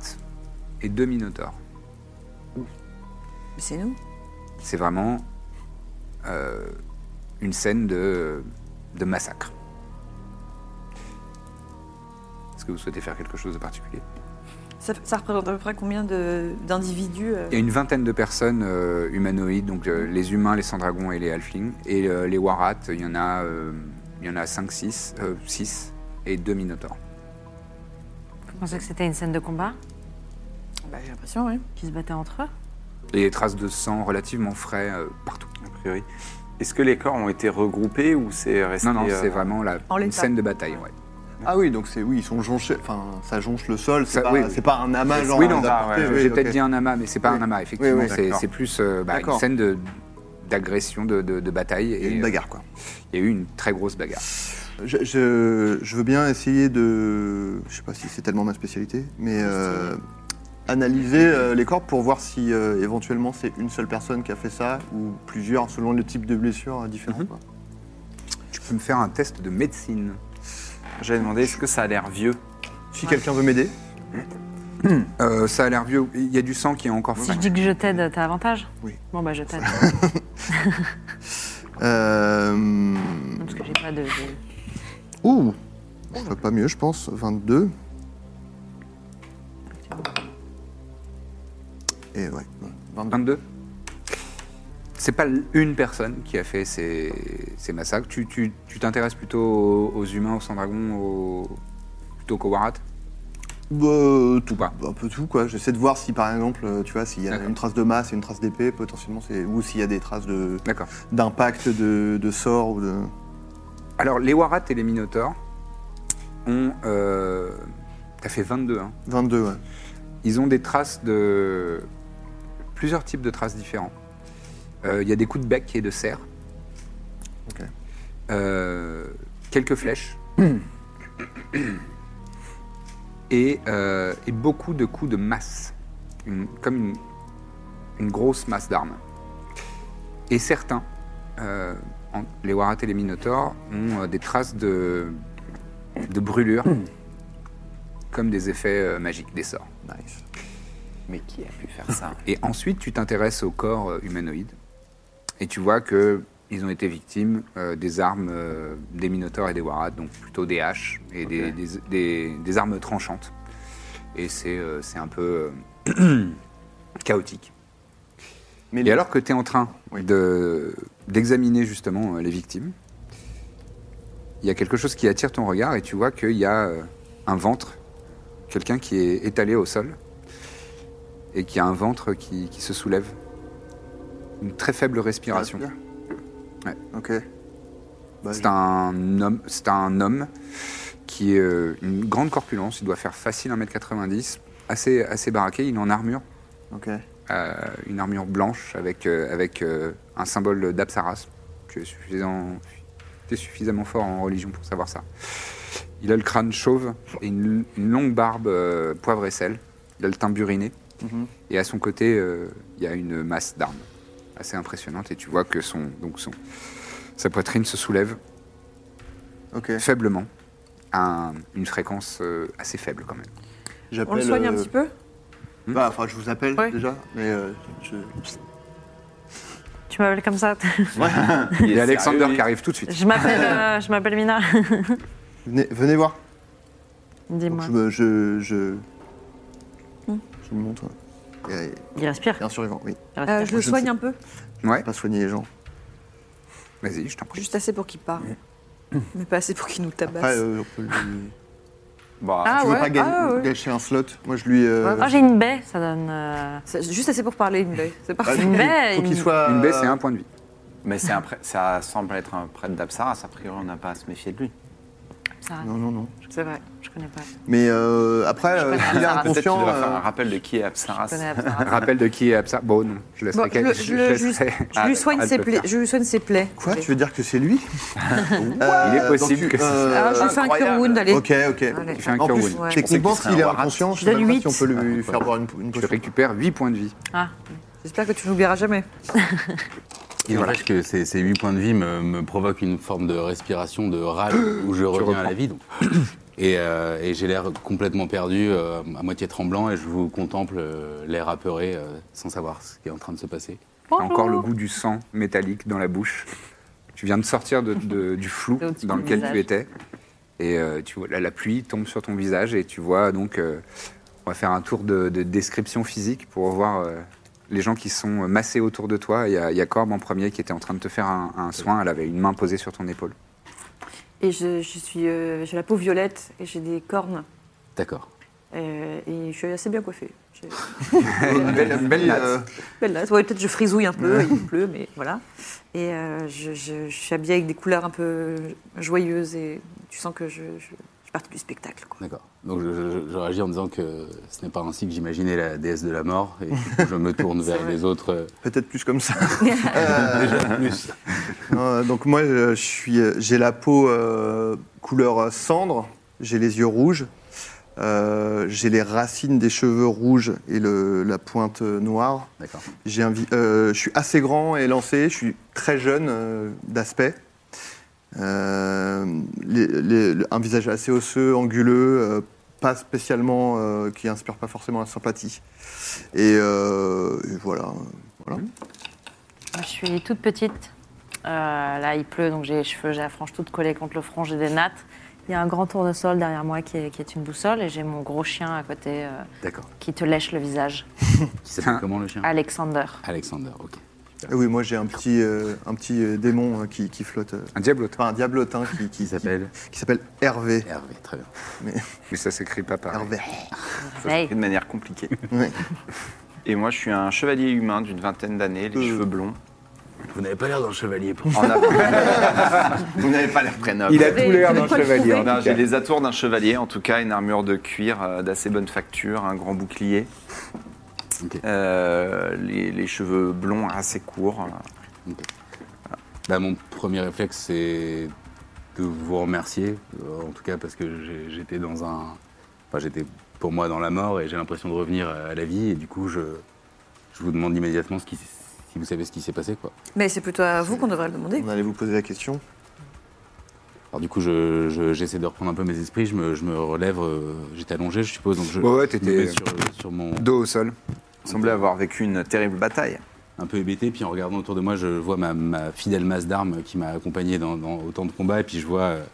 Speaker 7: et de minotaures.
Speaker 6: Mais c'est nous.
Speaker 7: C'est vraiment euh, une scène de, de massacre. Est-ce que vous souhaitez faire quelque chose de particulier
Speaker 6: Ça, ça représente à peu près combien de- d'individus euh,
Speaker 7: Il y a une vingtaine de personnes euh, humanoïdes, donc euh, les humains, les sans-dragons et les halflings. Et euh, les warats, il y en a, euh, il y en a 5, 6, 6 et 2 minotaures.
Speaker 2: Vous pensez que c'était une scène de combat
Speaker 6: bah, J'ai l'impression, oui.
Speaker 2: Qui se battaient entre eux
Speaker 7: Et des traces de sang relativement frais euh, partout.
Speaker 5: a priori. Est-ce que les corps ont été regroupés ou c'est resté
Speaker 7: Non, non,
Speaker 5: euh,
Speaker 7: c'est vraiment la,
Speaker 6: en
Speaker 7: une
Speaker 6: l'état.
Speaker 7: scène de bataille. ouais.
Speaker 3: Ah oui, donc c'est oui, ils sont jonchés. Enfin, ça jonche le sol. C'est
Speaker 7: Ça-
Speaker 3: pas,
Speaker 7: oui,
Speaker 3: c'est pas un amas genre.
Speaker 7: Oui, non, ah
Speaker 3: à portée,
Speaker 5: ouais,
Speaker 3: Ah oui,
Speaker 7: J'ai
Speaker 3: ok.
Speaker 7: peut-être dit un amas, mais c'est pas
Speaker 3: Oui.
Speaker 7: un amas, effectivement.
Speaker 3: Oui, oui,
Speaker 7: c'est-
Speaker 5: d'accord.
Speaker 7: c'est plus euh, bah, une
Speaker 3: D'accord.
Speaker 7: scène de- d'agression, de, de- de bataille.
Speaker 3: Il y a une
Speaker 7: euh,
Speaker 3: bagarre quoi.
Speaker 7: Il y a eu une très grosse bagarre.
Speaker 3: Je, je- je veux bien essayer de. Je sais pas si c'est tellement ma spécialité, mais euh, analyser euh, les corps pour voir si euh, éventuellement c'est une seule personne qui a fait ça ou plusieurs selon le type de blessure euh, différent.
Speaker 7: Mhm.
Speaker 3: quoi.
Speaker 7: Tu peux me faire un test de médecine.
Speaker 5: J'avais demandé est-ce que ça a l'air vieux
Speaker 3: Si quelqu'un veut m'aider,
Speaker 7: Euh, ça a l'air vieux. Il y a du sang qui est encore
Speaker 2: Si
Speaker 7: frais.
Speaker 6: bah,
Speaker 2: je dis que je t'aide, t'as avantage
Speaker 3: Oui.
Speaker 2: Bon, bah je t'aide.
Speaker 6: (laughs)
Speaker 3: euh,
Speaker 2: Non, parce que j'ai pas de. de-
Speaker 3: ouh, je ferais pas mieux, je pense. 22. Et ouais. 22.
Speaker 7: 22. C'est pas une personne qui a fait ces, ces massacres. Tu tu- tu t'intéresses plutôt aux, aux humains, aux sans-dragons, aux- plutôt qu'aux warats
Speaker 3: Bah, tout
Speaker 7: Euh, pas.
Speaker 3: Un peu tout quoi. J'essaie de voir si par exemple, euh, tu vois, s'il y a
Speaker 7: D'accord.
Speaker 3: une trace de masse et une trace d'épée, potentiellement, c'est ou s'il y a des traces de
Speaker 7: D'accord.
Speaker 3: d'impact de, de sort ou de.
Speaker 7: Alors, les warats et les minotaures ont. euh, T'as fait 22, hein.
Speaker 3: 22, ouais.
Speaker 7: Ils ont des traces de. plusieurs types de traces différents. Euh, Il y a des coups de bec et de serre.
Speaker 3: Ok.
Speaker 7: Euh, quelques flèches. et, euh, et beaucoup de coups de masse. Une- comme une, une grosse masse d'armes. Et certains, euh, en- les Warat et les Minotaurs, ont euh, des traces de, de brûlures. comme des effets euh, magiques, des sorts.
Speaker 3: Nice.
Speaker 5: Mais qui a pu (laughs) faire ça
Speaker 7: Et ensuite, tu t'intéresses au corps euh, humanoïde et tu vois que ils ont été victimes euh, des armes euh, des Minotaurs et des Warats, donc plutôt des haches et des, des- des- des armes tranchantes. Et c'est euh, c'est un peu euh, (clears throat) chaotique.
Speaker 3: Mais
Speaker 7: Et alors que tu es en train de- d'examiner justement euh, les victimes, il y a quelque chose qui attire ton regard et tu vois qu'il y a euh, un ventre, quelqu'un qui est étalé au sol et qui a un ventre qui, qui se soulève. Une très faible respiration. Ouais.
Speaker 3: Ok. Bah,
Speaker 7: C'est
Speaker 3: je-
Speaker 7: un homme, c'est un homme qui est euh, une grande corpulence, il doit faire facile 1m90, assez, assez baraqué, il est en armure,
Speaker 3: Ok.
Speaker 7: euh, une armure blanche avec, euh, avec euh, un symbole d'Apsaras. Tu es, suffisant, tu es suffisamment fort en religion pour savoir ça. Il a le crâne chauve et une, une longue barbe euh, poivre et sel. Il a le teint buriné. Et à son côté, euh, il y a une masse d'armes assez impressionnante. Et tu vois que son, donc son, sa poitrine se soulève
Speaker 3: Ok.
Speaker 7: faiblement à un- une fréquence euh, assez faible quand même.
Speaker 3: J'appelle.
Speaker 6: On le soigne un
Speaker 3: euh,
Speaker 6: petit peu
Speaker 3: Bah, enfin, je vous appelle
Speaker 6: Ouais.
Speaker 3: déjà, mais euh, je.
Speaker 2: Tu m'appelles comme ça (laughs)
Speaker 7: Il y a Alexander qui
Speaker 5: Carré.
Speaker 7: arrive tout de suite.
Speaker 2: Je m'appelle euh, je m'appelle Mina.
Speaker 3: Venez, venez voir.
Speaker 2: (laughs)
Speaker 3: Donc
Speaker 2: Dis-moi.
Speaker 3: je, me- je, je,
Speaker 6: Hmm.
Speaker 3: je me montre. Il y a- il
Speaker 2: Il respire.
Speaker 3: y a un survivant, oui.
Speaker 2: Il respire.
Speaker 6: Euh, je le
Speaker 3: Je ne
Speaker 6: soigne
Speaker 3: sais-
Speaker 6: un peu,
Speaker 7: Ouais,
Speaker 3: Pas soigner les gens.
Speaker 7: vas-y, je t'en prie.
Speaker 6: juste assez pour
Speaker 3: (coughs)
Speaker 6: qu'il part. Mais pas assez pour qu'il nous tabasse.
Speaker 3: Après, euh, on peut lui.
Speaker 5: Bah,
Speaker 3: je veux
Speaker 6: ouais,
Speaker 3: pas gagner-
Speaker 6: Bah, ah ouais. Ah,
Speaker 3: gâcher un slot. Moi, je lui. euh,
Speaker 2: Oh, j'ai une baie, ça donne. euh,
Speaker 6: C'est Juste assez pour parler, une baie. C'est
Speaker 3: bah,
Speaker 6: parfait.
Speaker 3: faut qu'il-
Speaker 2: baie,
Speaker 3: (laughs) faut qu'il
Speaker 2: une-
Speaker 3: soit. euh,
Speaker 7: Une baie, c'est un point de vie.
Speaker 5: Mais c'est un prêtre- ça semble être un prêtre d'Apsaras, a priori on n'a pas à se méfier de lui.
Speaker 2: ça,
Speaker 3: Non, non, non.
Speaker 2: C'est vrai, je connais pas.
Speaker 3: Mais euh, après, euh, s'il est
Speaker 2: Sarah.
Speaker 5: Peut-être qu'il
Speaker 3: inconscient.
Speaker 5: devrait faire un
Speaker 3: euh,
Speaker 5: rappel de qui est
Speaker 2: Je
Speaker 5: Apsaras.
Speaker 2: connais pas.
Speaker 7: Rappel de qui est absent. Bon, non, je laisserai.
Speaker 6: Bon, je, le-
Speaker 7: quel-
Speaker 6: je
Speaker 7: je
Speaker 6: le-
Speaker 7: laisserai-
Speaker 6: juste- je lui soigne
Speaker 7: elle
Speaker 6: ses
Speaker 7: peut
Speaker 6: plaies.
Speaker 7: faire.
Speaker 6: Je lui soigne ses plaies.
Speaker 3: Quoi Tu veux dire que c'est lui Euh,
Speaker 5: Il est
Speaker 3: donc
Speaker 5: possible
Speaker 3: tu- euh,
Speaker 5: que ce
Speaker 6: Ah, je lui fais un
Speaker 5: incroyable.
Speaker 6: cure wound, allez.
Speaker 3: Ok, ok.
Speaker 6: Allez.
Speaker 7: Tu fais un
Speaker 3: En
Speaker 7: cure
Speaker 3: plus,
Speaker 7: wound.
Speaker 6: ouais.
Speaker 3: Techniquement,
Speaker 5: Je pensais que
Speaker 3: s'il est
Speaker 5: c'était un warat.
Speaker 3: inconscient, je
Speaker 2: Je
Speaker 3: sais même
Speaker 2: donne
Speaker 3: pas si on peut lui faire boire une, une
Speaker 7: Ah, Tu
Speaker 3: potion.
Speaker 7: récupères 8 points de vie.
Speaker 2: Ah,
Speaker 6: J'espère que tu n'oublieras jamais.
Speaker 8: Il n'empêche que ces, ces 8 points de vie me, me provoquent une forme de respiration, de rage, où je reviens à la vie. donc. Et, euh, et j'ai l'air complètement perdu, euh, à moitié tremblant, et je vous contemple euh, l'air apeuré, euh, sans savoir ce qui est en train de se passer.
Speaker 7: T'as encore le goût du sang métallique dans la bouche. Tu viens de sortir de- de- du flou
Speaker 2: C'est au-dessus
Speaker 7: dans
Speaker 2: du
Speaker 7: lequel
Speaker 2: visage.
Speaker 7: tu étais. Et euh, tu vois, là, la pluie tombe sur ton visage et tu vois donc. euh, on va faire un tour de, de description physique pour voir euh, les gens qui sont massés autour de toi. Il y, a- il y a Corbe en premier qui était en train de te faire un, un soin. Elle avait une main posée sur ton épaule.
Speaker 6: Et je, je suis, euh, j'ai la peau violette et j'ai des cornes.
Speaker 8: D'accord.
Speaker 6: euh, et je suis assez bien coiffée. J'ai-
Speaker 7: une belle, une belle natte.
Speaker 3: Euh,
Speaker 6: Belle latte. Ouais, peut-être je frisouille un peu, il pleut, mais voilà. Et euh, je, je- je suis habillée avec des couleurs un peu joyeuses et tu sens que je, je, je suis partie du spectacle. Quoi.
Speaker 8: D'accord. Donc je, je- je réagis en disant que ce n'est pas ainsi que j'imaginais la déesse de la mort, et du coup, je me tourne vers les autres. euh,
Speaker 3: Peut-être plus comme ça. Euh, euh, donc moi, je je suis, euh, j'ai la peau euh, couleur cendre, j'ai les yeux rouges, euh, j'ai les racines des cheveux rouges et le- la pointe euh, noire.
Speaker 8: D'accord.
Speaker 3: J'ai un vi- euh, je suis assez grand et lancé, je suis très jeune euh, d'aspect. Euh, les- les- le- un visage assez osseux, anguleux, euh, pas spécialement, euh, qui inspire pas forcément la sympathie. Et, euh, et voilà. voilà.
Speaker 2: Moi, je suis toute petite. Euh, là, il pleut, donc j'ai les cheveux, j'ai la frange toute collée contre le front, j'ai des nattes. Il y a un grand tournesol derrière moi qui est, qui est une boussole et j'ai mon gros chien à côté euh,
Speaker 8: D'accord.
Speaker 2: qui te lèche le visage.
Speaker 8: Qui s'appelle comment le chien
Speaker 2: Ah. Alexander.
Speaker 8: Alexander, ok.
Speaker 3: Et oui, moi j'ai un petit, euh, un petit euh, démon euh, qui, qui flotte, euh,
Speaker 7: Un diablotin.
Speaker 3: enfin un diablotin qui, qui,
Speaker 8: Qui s'appelle
Speaker 3: qui, s'appelle Hervé.
Speaker 8: Hervé, très bien.
Speaker 7: Mais ça s'écrit pas pareil.
Speaker 3: Hervé.
Speaker 2: Hey.
Speaker 5: de manière (laughs) compliquée.
Speaker 3: Ouais.
Speaker 5: Et moi, je suis un chevalier humain d'une vingtaine d'années, les
Speaker 3: Euh.
Speaker 5: cheveux (laughs) blonds.
Speaker 8: Vous n'avez pas l'air d'un chevalier. pour-
Speaker 5: En apparence- (laughs) Vous n'avez pas l'air très noble.
Speaker 7: Il a tout l'air d'un chevalier. en
Speaker 5: Non,
Speaker 7: tout cas.
Speaker 5: j'ai les atours d'un chevalier, en tout cas, une armure de cuir euh, d'assez bonne facture, un grand bouclier,
Speaker 8: Ok.
Speaker 5: euh, les, les cheveux blonds assez courts.
Speaker 8: Bah, mon premier réflexe, c'est de vous remercier, euh, en tout cas parce que j'ai- j'étais dans un. Enfin, j'étais pour moi dans la mort et j'ai l'impression de revenir à la vie, et du coup, je, je vous demande immédiatement ce qui, si vous savez ce qui s'est passé, quoi.
Speaker 6: Mais c'est plutôt à vous qu'on devrait le demander.
Speaker 3: On allait vous poser la question.
Speaker 8: Alors, du coup, je- je- j'essaie de reprendre un peu mes esprits, je me, je me relève, euh, j'étais allongé, je suppose, donc je.
Speaker 7: Ouais, ouais,
Speaker 8: je me mets
Speaker 7: t'étais euh,
Speaker 8: sur, sur mon.
Speaker 7: dos au sol.
Speaker 5: Il semblait avoir vécu une terrible bataille.
Speaker 8: un peu hébété, puis en regardant autour de moi, je vois ma, ma fidèle masse d'armes qui m'a accompagné dans, dans autant de combats, et puis je vois euh,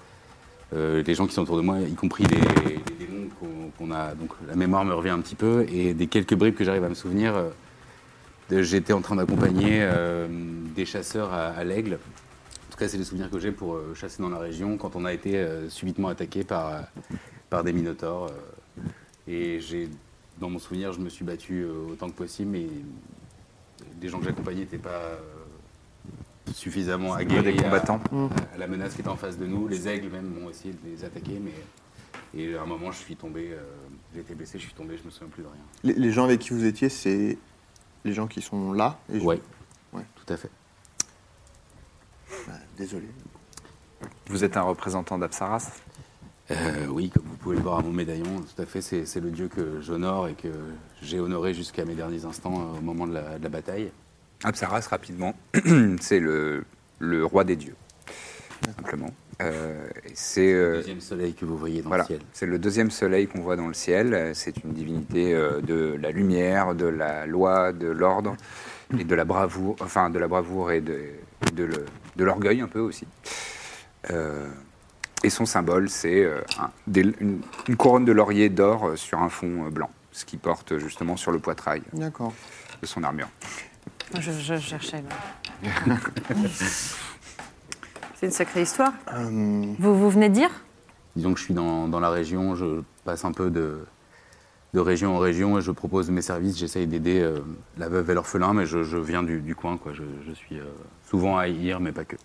Speaker 8: euh, les gens qui sont autour de moi, y compris les, les démons qu'on- qu'on a. Donc la mémoire me revient un petit peu, et des quelques bribes que j'arrive à me souvenir, euh, de- j'étais en train d'accompagner euh, des chasseurs à, à l'aigle. En tout cas, c'est les souvenirs que j'ai pour euh, chasser dans la région quand on a été euh, subitement attaqué par, euh, par des minotaures. euh, et j'ai, dans mon souvenir, je me suis battu euh, autant que possible, mais les gens que j'accompagnais n'étaient pas euh, suffisamment
Speaker 5: Des
Speaker 8: aguerris à,
Speaker 5: combattants. Mmh.
Speaker 8: à la menace qui était en face de nous. Les aigles même ont essayé de les attaquer, mais et à un moment je suis tombé, euh, j'ai été blessé, je suis tombé, je me souviens plus de rien.
Speaker 3: Les, les gens avec qui vous étiez, c'est les gens qui sont là. et je-
Speaker 8: Ouais,
Speaker 3: Ouais.
Speaker 8: tout à fait.
Speaker 3: Bah, désolé.
Speaker 5: Vous êtes un représentant d'Apsaras
Speaker 8: Euh, oui, comme vous pouvez le voir à mon médaillon, tout à fait, c'est c'est le dieu que j'honore et que j'ai honoré jusqu'à mes derniers instants euh, au moment de la, de la bataille.
Speaker 7: Apsaras, rapidement, (clears throat) c'est le, le roi des dieux, simplement. Euh, et c'est
Speaker 8: Le
Speaker 7: euh,
Speaker 8: deuxième soleil que vous voyez dans
Speaker 7: voilà,
Speaker 8: le ciel.
Speaker 7: c'est le deuxième soleil qu'on voit dans le ciel. Euh, C'est une divinité euh, de la lumière, de la loi, de l'ordre et de la bravoure, enfin de la bravoure et de, de le- de l'orgueil un peu aussi. Euh, Et son symbole, c'est euh, un- des- une, une couronne de laurier d'or euh, sur un fond euh, blanc, ce qu'il porte euh, justement sur le poitrail
Speaker 3: D'accord.
Speaker 7: de son armure.
Speaker 2: Je, je cherchais. là.
Speaker 6: C'est une sacrée histoire.
Speaker 2: Vous, vous venez de dire
Speaker 8: Disons que je suis dans, dans la région, je passe un peu de, de région en région et je propose mes services, j'essaye d'aider euh, la veuve et l'orphelin, mais je, je viens du, du coin, quoi. Je, je suis euh, souvent à Hyères, mais pas que.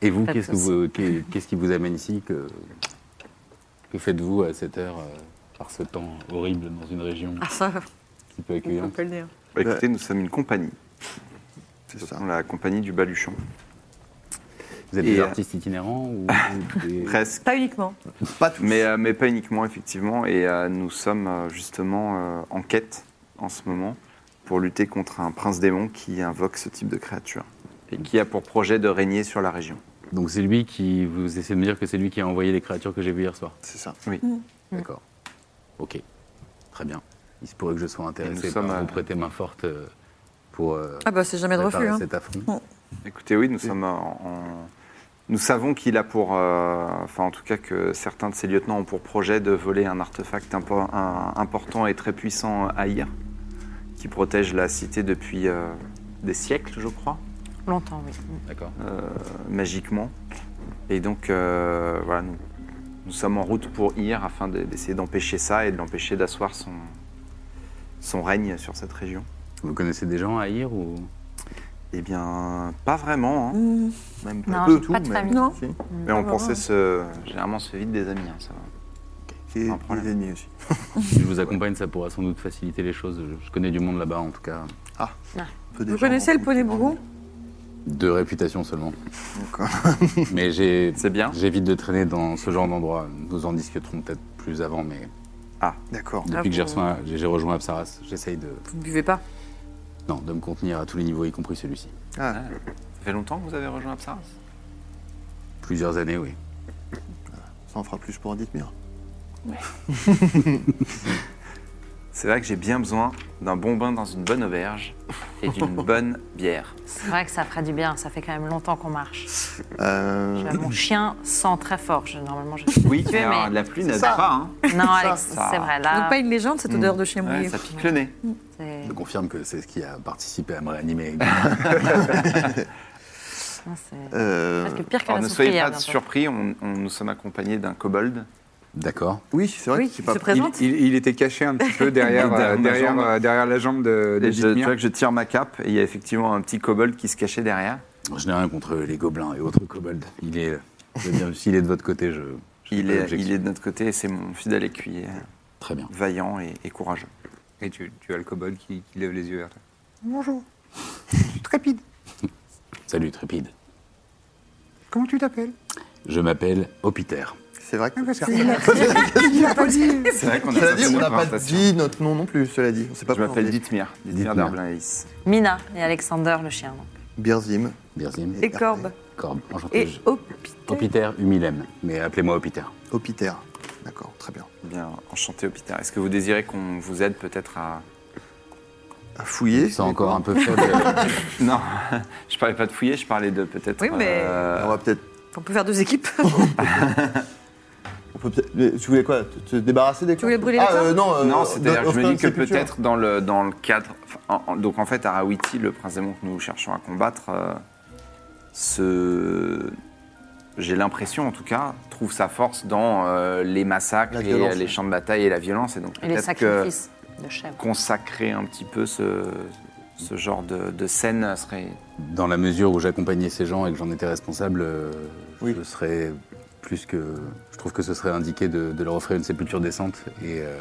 Speaker 8: Et vous,
Speaker 2: Pas de
Speaker 8: qu'est-ce que
Speaker 2: souci.
Speaker 8: vous- qu'est- qu'est-ce qui vous amène ici Que, que faites-vous à cette heure, euh, par ce temps horrible, dans une région
Speaker 6: Ah, ça,
Speaker 8: si peu
Speaker 6: on
Speaker 8: accueillante
Speaker 6: peut le dire.
Speaker 5: Bah, écoutez, nous sommes une compagnie.
Speaker 3: C'est
Speaker 5: Nous
Speaker 3: ça.
Speaker 5: sommes la compagnie du Baluchon.
Speaker 8: Vous êtes
Speaker 5: Et,
Speaker 8: des
Speaker 5: euh,
Speaker 8: artistes itinérants (laughs) ou, ou des-
Speaker 5: Presque.
Speaker 6: Pas uniquement.
Speaker 3: Pas tous.
Speaker 5: Mais, euh, mais pas uniquement, effectivement. Et euh, nous sommes euh, justement euh, en quête en ce moment pour lutter contre un prince démon qui invoque ce type de créature et qui a pour projet de régner sur la région.
Speaker 8: Donc c'est lui qui. Vous essayez de me dire que c'est lui qui a envoyé les créatures que j'ai vues hier soir
Speaker 3: C'est ça.
Speaker 5: Oui.
Speaker 6: Mm.
Speaker 8: D'accord. Ok. Très bien. Il se pourrait que je
Speaker 5: Et
Speaker 8: sois
Speaker 5: nous
Speaker 8: intéressé
Speaker 5: sommes
Speaker 8: par
Speaker 5: à-
Speaker 8: vous prêter main forte euh, pour. euh,
Speaker 6: Ah bah c'est jamais de refus.
Speaker 8: réparer
Speaker 6: Hein.
Speaker 8: cet affront.
Speaker 5: Écoutez, oui, nous sommes euh, en- en- Nous savons qu'il a pour... euh, Enfin, en tout cas, que certains de ses lieutenants ont pour projet de voler un artefact impo- un- important et très puissant à Hyr, qui protège la cité depuis euh, des siècles, je crois.
Speaker 2: Longtemps, oui.
Speaker 8: D'accord.
Speaker 5: euh, magiquement. Et donc, euh, voilà, nous, nous sommes en route pour Ir afin de- d'essayer d'empêcher ça et de l'empêcher d'asseoir son, son règne sur cette région.
Speaker 8: Vous connaissez des gens à Hir ou
Speaker 5: Eh bien, pas vraiment, hein.
Speaker 6: Mmh.
Speaker 5: même
Speaker 2: Non,
Speaker 5: peu
Speaker 2: j'ai pas de
Speaker 5: mais,
Speaker 2: famille.
Speaker 6: Non.
Speaker 3: Si.
Speaker 5: mais on
Speaker 6: bah,
Speaker 5: pensait
Speaker 6: ouais.
Speaker 5: se, généralement se vite des amis, hein, ça. va.
Speaker 3: Et
Speaker 5: Pas un problème.
Speaker 3: les ennemis aussi.
Speaker 8: Si je vous accompagne, ça pourra sans doute faciliter les choses. Je- Je connais du monde là-bas en tout cas.
Speaker 3: On peut
Speaker 6: Vous
Speaker 3: déjà
Speaker 6: connaissez le poney
Speaker 3: rencontrer
Speaker 6: bourgon
Speaker 8: De réputation (laughs) seulement.
Speaker 3: D'accord.
Speaker 8: Mais j'ai.
Speaker 5: C'est bien.
Speaker 8: J'évite de traîner dans ce genre d'endroit. Nous en discuterons peut-être plus avant, mais
Speaker 3: (laughs) D'accord.
Speaker 8: depuis
Speaker 6: Ah,
Speaker 8: que j'ai
Speaker 6: vous-
Speaker 8: reçoin- j'ai j'ai rejoint Absaras, j'essaye de,
Speaker 6: Vous ne buvez pas.
Speaker 8: non, de me contenir à tous les niveaux, y compris celui-ci.
Speaker 3: Ah,
Speaker 5: Ça fait longtemps que vous avez rejoint Absaras
Speaker 8: Plusieurs années, oui.
Speaker 3: ça en fera plus pour Dithmir.
Speaker 5: C'est vrai que j'ai bien besoin d'un bon bain dans une bonne auberge et (laughs) d'une bonne bière.
Speaker 2: C'est vrai que ça ferait du bien, ça fait quand même longtemps qu'on marche.
Speaker 3: Euh,
Speaker 2: Je- Mon chien sent très fort. Je- normalement, je (laughs)
Speaker 5: Oui,
Speaker 2: mais alors,
Speaker 5: la pluie
Speaker 3: n'aide
Speaker 5: n'aide
Speaker 3: ça.
Speaker 5: pas, hein.
Speaker 2: Non, Alex,
Speaker 5: ça-
Speaker 2: c'est vrai.
Speaker 6: Donc
Speaker 2: Là,
Speaker 6: pas une légende cette odeur de chien mouillé.
Speaker 5: ça pique le nez.
Speaker 2: c'est-
Speaker 8: Je confirme que c'est ce qui a participé à me réanimer.
Speaker 5: (laughs)
Speaker 2: non, Ah, c'est
Speaker 3: euh,
Speaker 2: presque pire que
Speaker 5: Alors
Speaker 2: la
Speaker 5: ne soyez
Speaker 2: soufrière,
Speaker 5: pas
Speaker 2: bientôt.
Speaker 5: surpris, on, on- nous sommes accompagnés d'un kobold.
Speaker 8: D'accord.
Speaker 3: Oui, c'est vrai
Speaker 6: Oui,
Speaker 3: que c'est
Speaker 6: il
Speaker 3: pas
Speaker 6: se
Speaker 7: Il,
Speaker 6: présente.
Speaker 7: il- il était caché un petit peu derrière, euh,
Speaker 5: Derrière ma
Speaker 7: derrière,
Speaker 5: jambe.
Speaker 7: euh, derrière la jambe de, de
Speaker 5: Et je, tu
Speaker 7: Dithmir.
Speaker 5: vois que je tire ma cape et il y a effectivement un petit kobold qui se cachait derrière.
Speaker 8: Je n'ai rien contre les gobelins et autres kobolds. Il est, je veux dire, s'il est de votre côté, je. je fais
Speaker 5: Il
Speaker 8: pas
Speaker 5: est,
Speaker 8: d'objection.
Speaker 5: il est de notre côté et c'est mon fidèle écuyer, euh,
Speaker 8: Très bien.
Speaker 5: vaillant et, et courageux.
Speaker 7: Et tu, tu as le kobold qui, qui lève les yeux vers toi.
Speaker 4: Bonjour. Trépide.
Speaker 8: Salut Trépide.
Speaker 4: Comment tu t'appelles Ah,
Speaker 8: Je m'appelle Hopiter.
Speaker 3: C'est vrai que.
Speaker 4: Parce qu'il a-
Speaker 3: (laughs)
Speaker 4: il a pas dit.
Speaker 5: C'est vrai qu'on
Speaker 3: Cela dit, on n'a pas dit notre nom non plus, cela dit. On s'est pas
Speaker 5: Je m'appelle
Speaker 3: présenté.
Speaker 5: Dithmir,
Speaker 8: Dithmir.
Speaker 5: Dithmir d'Arblaïs.
Speaker 2: Mina et Alexander, le chien. donc.
Speaker 3: Birzim.
Speaker 8: Birzim.
Speaker 6: Et corbe.
Speaker 8: Corbe. Enchanté.
Speaker 6: Et
Speaker 8: Je-
Speaker 6: hôpital.
Speaker 8: Hopiter Humilem. Mais appelez-moi Hopiter.
Speaker 3: Hopiter. D'accord, très bien.
Speaker 5: Bien, enchanté, Hopiter. Est-ce que vous désirez qu'on vous aide peut-être à.
Speaker 3: À fouiller.
Speaker 8: C'est encore un peu
Speaker 5: (laughs)
Speaker 8: faible. euh,
Speaker 5: Non, je parlais pas de fouiller, je parlais de peut-être.
Speaker 6: Oui, mais-
Speaker 5: euh,
Speaker 3: On va peut-être.
Speaker 6: On peut faire deux équipes.
Speaker 3: on peut peut-être- mais Tu voulais quoi Te te débarrasser des
Speaker 6: Tu voulais brûler les
Speaker 3: Ah, euh, non,
Speaker 6: corps
Speaker 3: euh,
Speaker 5: Non, c'est-à-dire que je me
Speaker 3: offrir
Speaker 5: dis que
Speaker 3: une sépulture.
Speaker 5: peut-être dans le, dans le cadre. enfin, en- en- donc en fait, Arawiti, le prince démon que nous cherchons à combattre, euh, se. J'ai l'impression en tout cas, trouve sa force dans euh, les massacres
Speaker 3: La
Speaker 5: et
Speaker 3: violence,
Speaker 5: euh, les
Speaker 3: ouais.
Speaker 5: champs de bataille et la violence. Et donc
Speaker 2: Et les
Speaker 5: peut-être
Speaker 7: euh,
Speaker 5: que
Speaker 2: sacrifices de chèvres.
Speaker 5: consacrer un petit peu ce, ce genre de, de scène serait.
Speaker 8: Dans la mesure où j'accompagnais ces gens et que j'en étais responsable, euh,
Speaker 3: Oui.
Speaker 8: je serais plus que. Je trouve que ce serait indiqué de, de leur offrir une sépulture décente et, euh,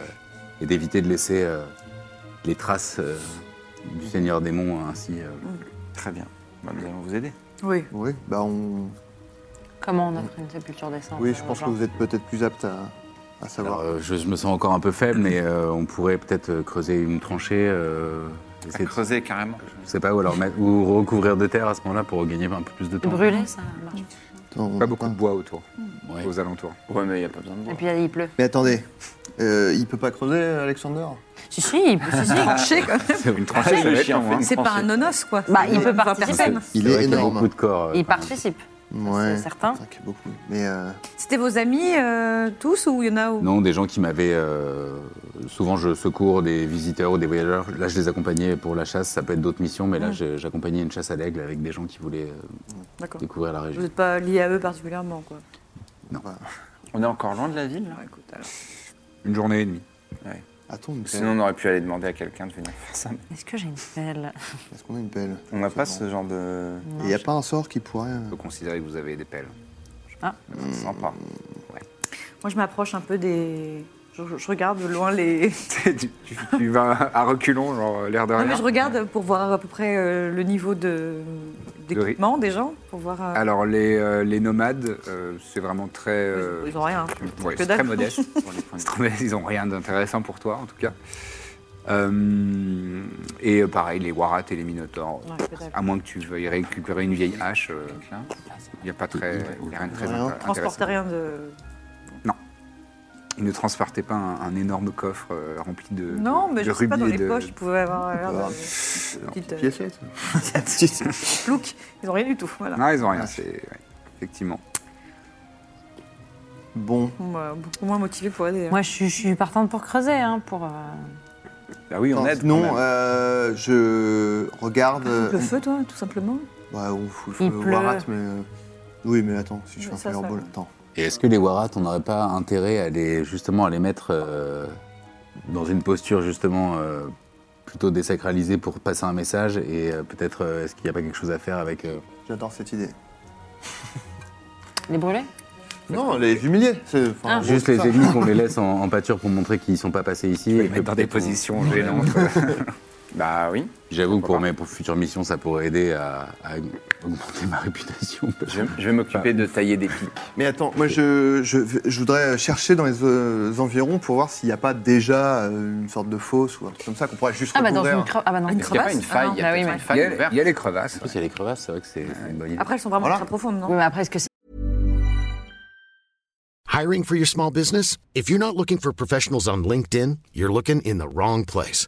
Speaker 8: et d'éviter de laisser euh, les traces euh, du Seigneur démon ainsi. euh,
Speaker 5: Très bien. Bah, nous allons vous aider.
Speaker 6: Oui.
Speaker 3: Oui, bah on.
Speaker 2: Comment on offre une sépulture décente
Speaker 3: Oui,
Speaker 2: euh,
Speaker 3: je
Speaker 2: aux
Speaker 3: pense que
Speaker 2: gens
Speaker 3: vous êtes peut-être plus apte à, à savoir.
Speaker 8: Alors, euh, je, je me sens encore un peu faible, mais euh, on pourrait peut-être euh, creuser une tranchée. euh,
Speaker 5: À
Speaker 8: essayer de-
Speaker 5: creuser carrément.
Speaker 8: je sais pas, ou alors mettre- ou recouvrir de terre à ce moment-là pour gagner un peu plus de temps.
Speaker 2: Brûler, ça marche.
Speaker 3: Attends,
Speaker 7: Pas
Speaker 3: on-
Speaker 7: beaucoup de bois autour,
Speaker 8: Ouais.
Speaker 7: aux alentours.
Speaker 5: Ouais, mais il n'y a pas besoin de
Speaker 2: Et
Speaker 5: boire.
Speaker 2: puis il pleut.
Speaker 3: Mais attendez, euh, il peut pas creuser, Alexander
Speaker 2: Si, si, il peut, si, si.
Speaker 6: Tranché, quand même.
Speaker 8: C'est une
Speaker 5: Ah,
Speaker 8: tranchée,
Speaker 5: le
Speaker 8: ça va être
Speaker 5: chien,
Speaker 8: long,
Speaker 5: fait
Speaker 8: hein.
Speaker 5: une
Speaker 6: C'est pas
Speaker 5: tranchée.
Speaker 6: un nonos, quoi.
Speaker 2: Bah, il peut
Speaker 6: Enfin,
Speaker 2: participer.
Speaker 8: C'est-
Speaker 6: personne.
Speaker 3: Il
Speaker 8: c'est
Speaker 3: est
Speaker 8: vrai qu'il y a
Speaker 3: énorme.
Speaker 8: beaucoup de corps. euh,
Speaker 2: Il
Speaker 8: quand même.
Speaker 2: participe.
Speaker 3: Ouais.
Speaker 2: c'est certain.
Speaker 3: C'est vrai qu'il y a beaucoup. Mais euh,
Speaker 6: C'était vos amis euh, tous ou il y en a où
Speaker 8: Non, des gens qui m'avaient. euh, souvent, je secours des visiteurs ou des voyageurs. Là, je les accompagnais pour la chasse. Ça peut être d'autres missions, mais là,
Speaker 6: Mm.
Speaker 8: j'ai- j'accompagnais une chasse à l'aigle avec des gens qui voulaient euh,
Speaker 6: D'accord.
Speaker 8: découvrir la région.
Speaker 6: Vous n'êtes pas liés à eux particulièrement, quoi.
Speaker 9: On est encore loin de la ville, là
Speaker 6: Ouais, écoute, alors.
Speaker 7: Une journée et demie.
Speaker 3: attends, une pelle.
Speaker 9: Sinon, on aurait pu aller demander à quelqu'un de venir faire ça. mais
Speaker 2: Est-ce que j'ai une pelle
Speaker 3: Est-ce qu'on a une pelle
Speaker 9: On n'a pas ce genre de.
Speaker 3: Il n'y a pas un sort qui pourrait. euh,
Speaker 7: On peut considérer que vous avez des pelles.
Speaker 9: Sympa.
Speaker 6: Moi, je m'approche un peu des. Je, je- je regarde de loin les.
Speaker 7: (laughs) tu, tu- tu vas à reculons, genre euh, l'air de
Speaker 6: Non,
Speaker 7: rien.
Speaker 6: mais je regarde pour voir à peu près euh, le niveau de d'équipement des gens, pour voir. euh,
Speaker 7: Alors, les, euh, les nomades, euh, c'est vraiment très. euh,
Speaker 6: ils ont rien.
Speaker 7: ouais,
Speaker 6: que
Speaker 7: c'est
Speaker 6: dalle.
Speaker 7: très
Speaker 6: (laughs)
Speaker 7: modeste.
Speaker 9: pour les points de-
Speaker 7: C'est très modeste, (laughs) Ils n'ont rien d'intéressant pour toi, en tout cas. Euh, et euh, pareil, les warats et les minotaures.
Speaker 6: Ouais, que dalle.
Speaker 7: À moins que tu veuilles récupérer une vieille hache, euh, il n'y a pas très, il y a rien de très
Speaker 3: Rien.
Speaker 7: intér-
Speaker 6: Transporter
Speaker 7: intéressant.
Speaker 6: rien de.
Speaker 7: Ils ne transportaient pas un, un énorme coffre euh, rempli de,
Speaker 6: Non, mais
Speaker 7: de
Speaker 6: je sais
Speaker 7: rubis
Speaker 6: pas, dans
Speaker 7: et
Speaker 6: les
Speaker 7: de-
Speaker 6: poches, ils pouvaient avoir l'air de.
Speaker 3: avoir
Speaker 6: Petite, euh,
Speaker 3: Piécette.
Speaker 6: plouc. Ils ont rien du tout, voilà.
Speaker 7: Non, ils n'ont rien, c'est... ouais, effectivement.
Speaker 3: Bon,
Speaker 6: Ils sont, euh, beaucoup moins motivés pour aider. hein.
Speaker 2: Moi, je, suis- je suis partante pour creuser, hein, pour. euh,
Speaker 9: Bah oui, on aide. quand même.
Speaker 3: non, euh, je regarde.
Speaker 6: (laughs)
Speaker 3: euh,
Speaker 6: Le feu, toi, tout simplement.
Speaker 3: Bah, on fout le
Speaker 2: Il
Speaker 3: feu au
Speaker 2: pleut.
Speaker 3: Warat, mais. euh, Oui, mais attends, si je fais
Speaker 6: Mais
Speaker 3: un
Speaker 6: ça, ça-
Speaker 3: fireball, attends.
Speaker 8: Et est-ce que les warats, on n'aurait pas intérêt à les, justement à les mettre euh, dans une posture justement euh, plutôt désacralisée pour passer un message Et euh, peut-être, euh, est-ce qu'il n'y a pas quelque chose à faire avec... euh,
Speaker 3: J'adore cette idée.
Speaker 2: Les brûler
Speaker 3: Non, les humilier. c'est- enfin,
Speaker 2: Ah.
Speaker 3: bon,
Speaker 8: Juste
Speaker 3: c'est
Speaker 8: les
Speaker 3: ça.
Speaker 8: ennemis
Speaker 3: (laughs)
Speaker 8: qu'on les laisse en, en pâture pour montrer qu'ils ne sont pas passés ici.
Speaker 7: Ils
Speaker 8: et que
Speaker 7: mettent dans des
Speaker 8: peut-être on-
Speaker 7: positions gênantes.
Speaker 9: (laughs) Bah oui.
Speaker 8: J'avoue que pour mes pour futures missions, ça pourrait aider à, à augmenter ma (laughs) réputation.
Speaker 9: Je vais, je vais m'occuper de tailler des pics.
Speaker 3: Mais attends, moi je, je, je voudrais chercher dans les euh, environs pour voir s'il n'y a pas déjà euh, une sorte de fosse ou un truc comme ça qu'on pourrait juste
Speaker 2: Ah, bah, dans
Speaker 3: recouvrir.
Speaker 2: une, cre- ah, bah, dans une
Speaker 9: Est-ce qu'il n'y a pas
Speaker 2: crevasse
Speaker 9: une faille
Speaker 2: Ah,
Speaker 9: Il y
Speaker 2: bah
Speaker 9: a
Speaker 2: oui,
Speaker 9: peut-être
Speaker 2: mais-
Speaker 9: une
Speaker 7: Il y
Speaker 9: faille
Speaker 7: a,
Speaker 9: ouverte.
Speaker 7: il y a les crevasses.
Speaker 8: En plus, il y a les crevasses, c'est vrai que c'est c'est une bonne idée.
Speaker 6: Après, elles sont vraiment
Speaker 3: Voilà.
Speaker 6: très profondes, non
Speaker 2: Oui, mais après, est-ce que c'est
Speaker 10: Hiring for your small business? If you're not looking for professionals on LinkedIn, you're looking in the wrong place.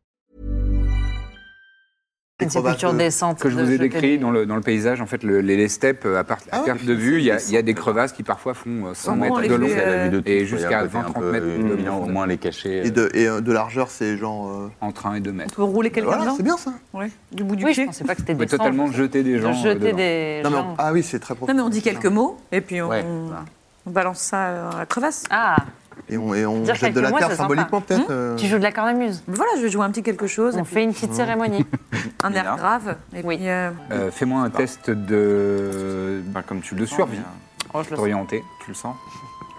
Speaker 3: Les
Speaker 2: une
Speaker 3: crevasses
Speaker 2: sépulture
Speaker 3: de-
Speaker 2: décente
Speaker 7: que je vous ai décrit
Speaker 2: décrite
Speaker 7: dans le, dans le paysage, en fait, le- les, les steppes, euh, à, part- à
Speaker 3: Ah ouais,
Speaker 7: perte de vue, il y, a- il y a des crevasses qui parfois font euh, 100
Speaker 6: Comment on
Speaker 7: mètres
Speaker 6: les
Speaker 7: de
Speaker 6: fait,
Speaker 7: long
Speaker 6: euh,
Speaker 8: la vue de
Speaker 7: et
Speaker 8: tout,
Speaker 7: jusqu'à
Speaker 8: il y a un côté
Speaker 7: 20-30
Speaker 8: un peu,
Speaker 7: mètres
Speaker 8: euh,
Speaker 7: de
Speaker 8: humiliant, au
Speaker 7: profondeur.
Speaker 8: moins les cacher.
Speaker 3: Et
Speaker 8: euh,
Speaker 3: de, et euh, de largeur, c'est genre. euh,
Speaker 7: entre 1 et 2 mètres.
Speaker 6: On peut rouler quelqu'un
Speaker 3: Voilà,
Speaker 6: dedans
Speaker 3: c'est bien ça.
Speaker 6: Ouais. Du bout du
Speaker 2: Oui, je
Speaker 6: pied.
Speaker 2: pensais pas que c'était
Speaker 7: On peut
Speaker 2: des sangs,
Speaker 7: totalement
Speaker 2: je-
Speaker 7: jeter des gens.
Speaker 2: de
Speaker 7: euh,
Speaker 2: jeter
Speaker 7: dedans.
Speaker 2: des
Speaker 3: Non, mais
Speaker 2: gens.
Speaker 3: on- Ah oui, c'est très profond.
Speaker 6: Non, mais on dit quelques mots et puis on,
Speaker 8: Ouais.
Speaker 6: on balance ça euh, à la crevasse.
Speaker 2: Ah,
Speaker 3: Et on, et on
Speaker 2: Dire
Speaker 3: jette de
Speaker 2: quelques
Speaker 3: la
Speaker 2: mots,
Speaker 3: terre
Speaker 2: c'est Hmm
Speaker 3: symboliquement, peut-être euh,
Speaker 2: tu joues de la cornemuse.
Speaker 6: Mais Voilà, je vais jouer un petit quelque chose,
Speaker 2: On
Speaker 6: et puis
Speaker 2: fait une petite cérémonie.
Speaker 6: un air
Speaker 9: Léna.
Speaker 6: grave. Et
Speaker 2: Oui.
Speaker 6: puis, euh,
Speaker 7: Euh, Fais-moi
Speaker 2: Ah.
Speaker 7: un test de.
Speaker 9: Bah, comme tu
Speaker 7: de
Speaker 9: le sens,
Speaker 7: survie.
Speaker 9: mais,
Speaker 2: Oh, je le sens.
Speaker 7: orienté.
Speaker 9: euh, Tu le sens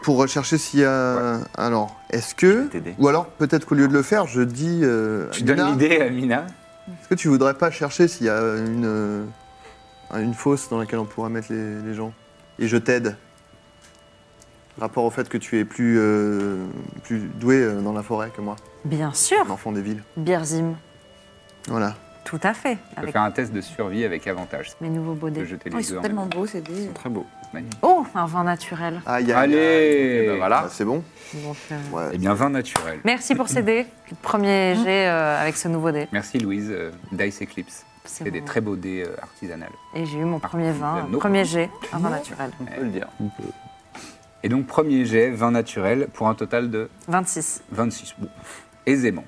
Speaker 3: Pour rechercher s'il y a. Alors, est-ce que.
Speaker 9: t'aider.
Speaker 3: Ou alors, peut-être qu'au lieu de le faire, je dis. euh,
Speaker 7: Tu
Speaker 3: Amina,
Speaker 7: donnes l'idée à Mina.
Speaker 3: Est-ce que tu voudrais pas chercher s'il y a une. euh, une fosse dans laquelle on pourrait mettre les, les gens Et je t'aide. Rapport au fait que tu es plus. euh, plus doué euh, dans la forêt que moi,
Speaker 2: Bien sûr,
Speaker 3: un enfant des villes.
Speaker 2: Birzim.
Speaker 3: Voilà.
Speaker 2: Tout à fait.
Speaker 7: Tu peux
Speaker 2: Avec
Speaker 7: faire un test de survie avec avantage.
Speaker 2: mes nouveaux
Speaker 7: Tu peux
Speaker 2: baudets.
Speaker 7: jeter
Speaker 6: oh,
Speaker 7: les
Speaker 6: ils
Speaker 7: deux
Speaker 6: sont
Speaker 7: en
Speaker 6: tellement
Speaker 7: même temps.
Speaker 6: beaux, c'est des.
Speaker 7: Très beau. Magnifique.
Speaker 2: Oh, un vin naturel.
Speaker 3: Aïe, aïe, aïe.
Speaker 7: Allez
Speaker 9: Et ben voilà.
Speaker 3: Ah, c'est bon
Speaker 2: Donc, euh,
Speaker 3: Ouais.
Speaker 7: Eh bien, vin naturel.
Speaker 2: Merci pour ces dés. Le Premier jet euh, avec ce nouveau dé.
Speaker 7: Merci Louise, euh, Dice Eclipse.
Speaker 2: C'est
Speaker 7: C'est des
Speaker 2: bon.
Speaker 7: très beaux dés euh, artisanales.
Speaker 2: Et j'ai eu mon premier vin,
Speaker 7: Artisanaux.
Speaker 2: premier jet, un vin naturel.
Speaker 9: On peut le dire.
Speaker 7: Et donc, premier jet, vin naturel, pour un total de
Speaker 2: 26.
Speaker 7: 26. Bon, aisément.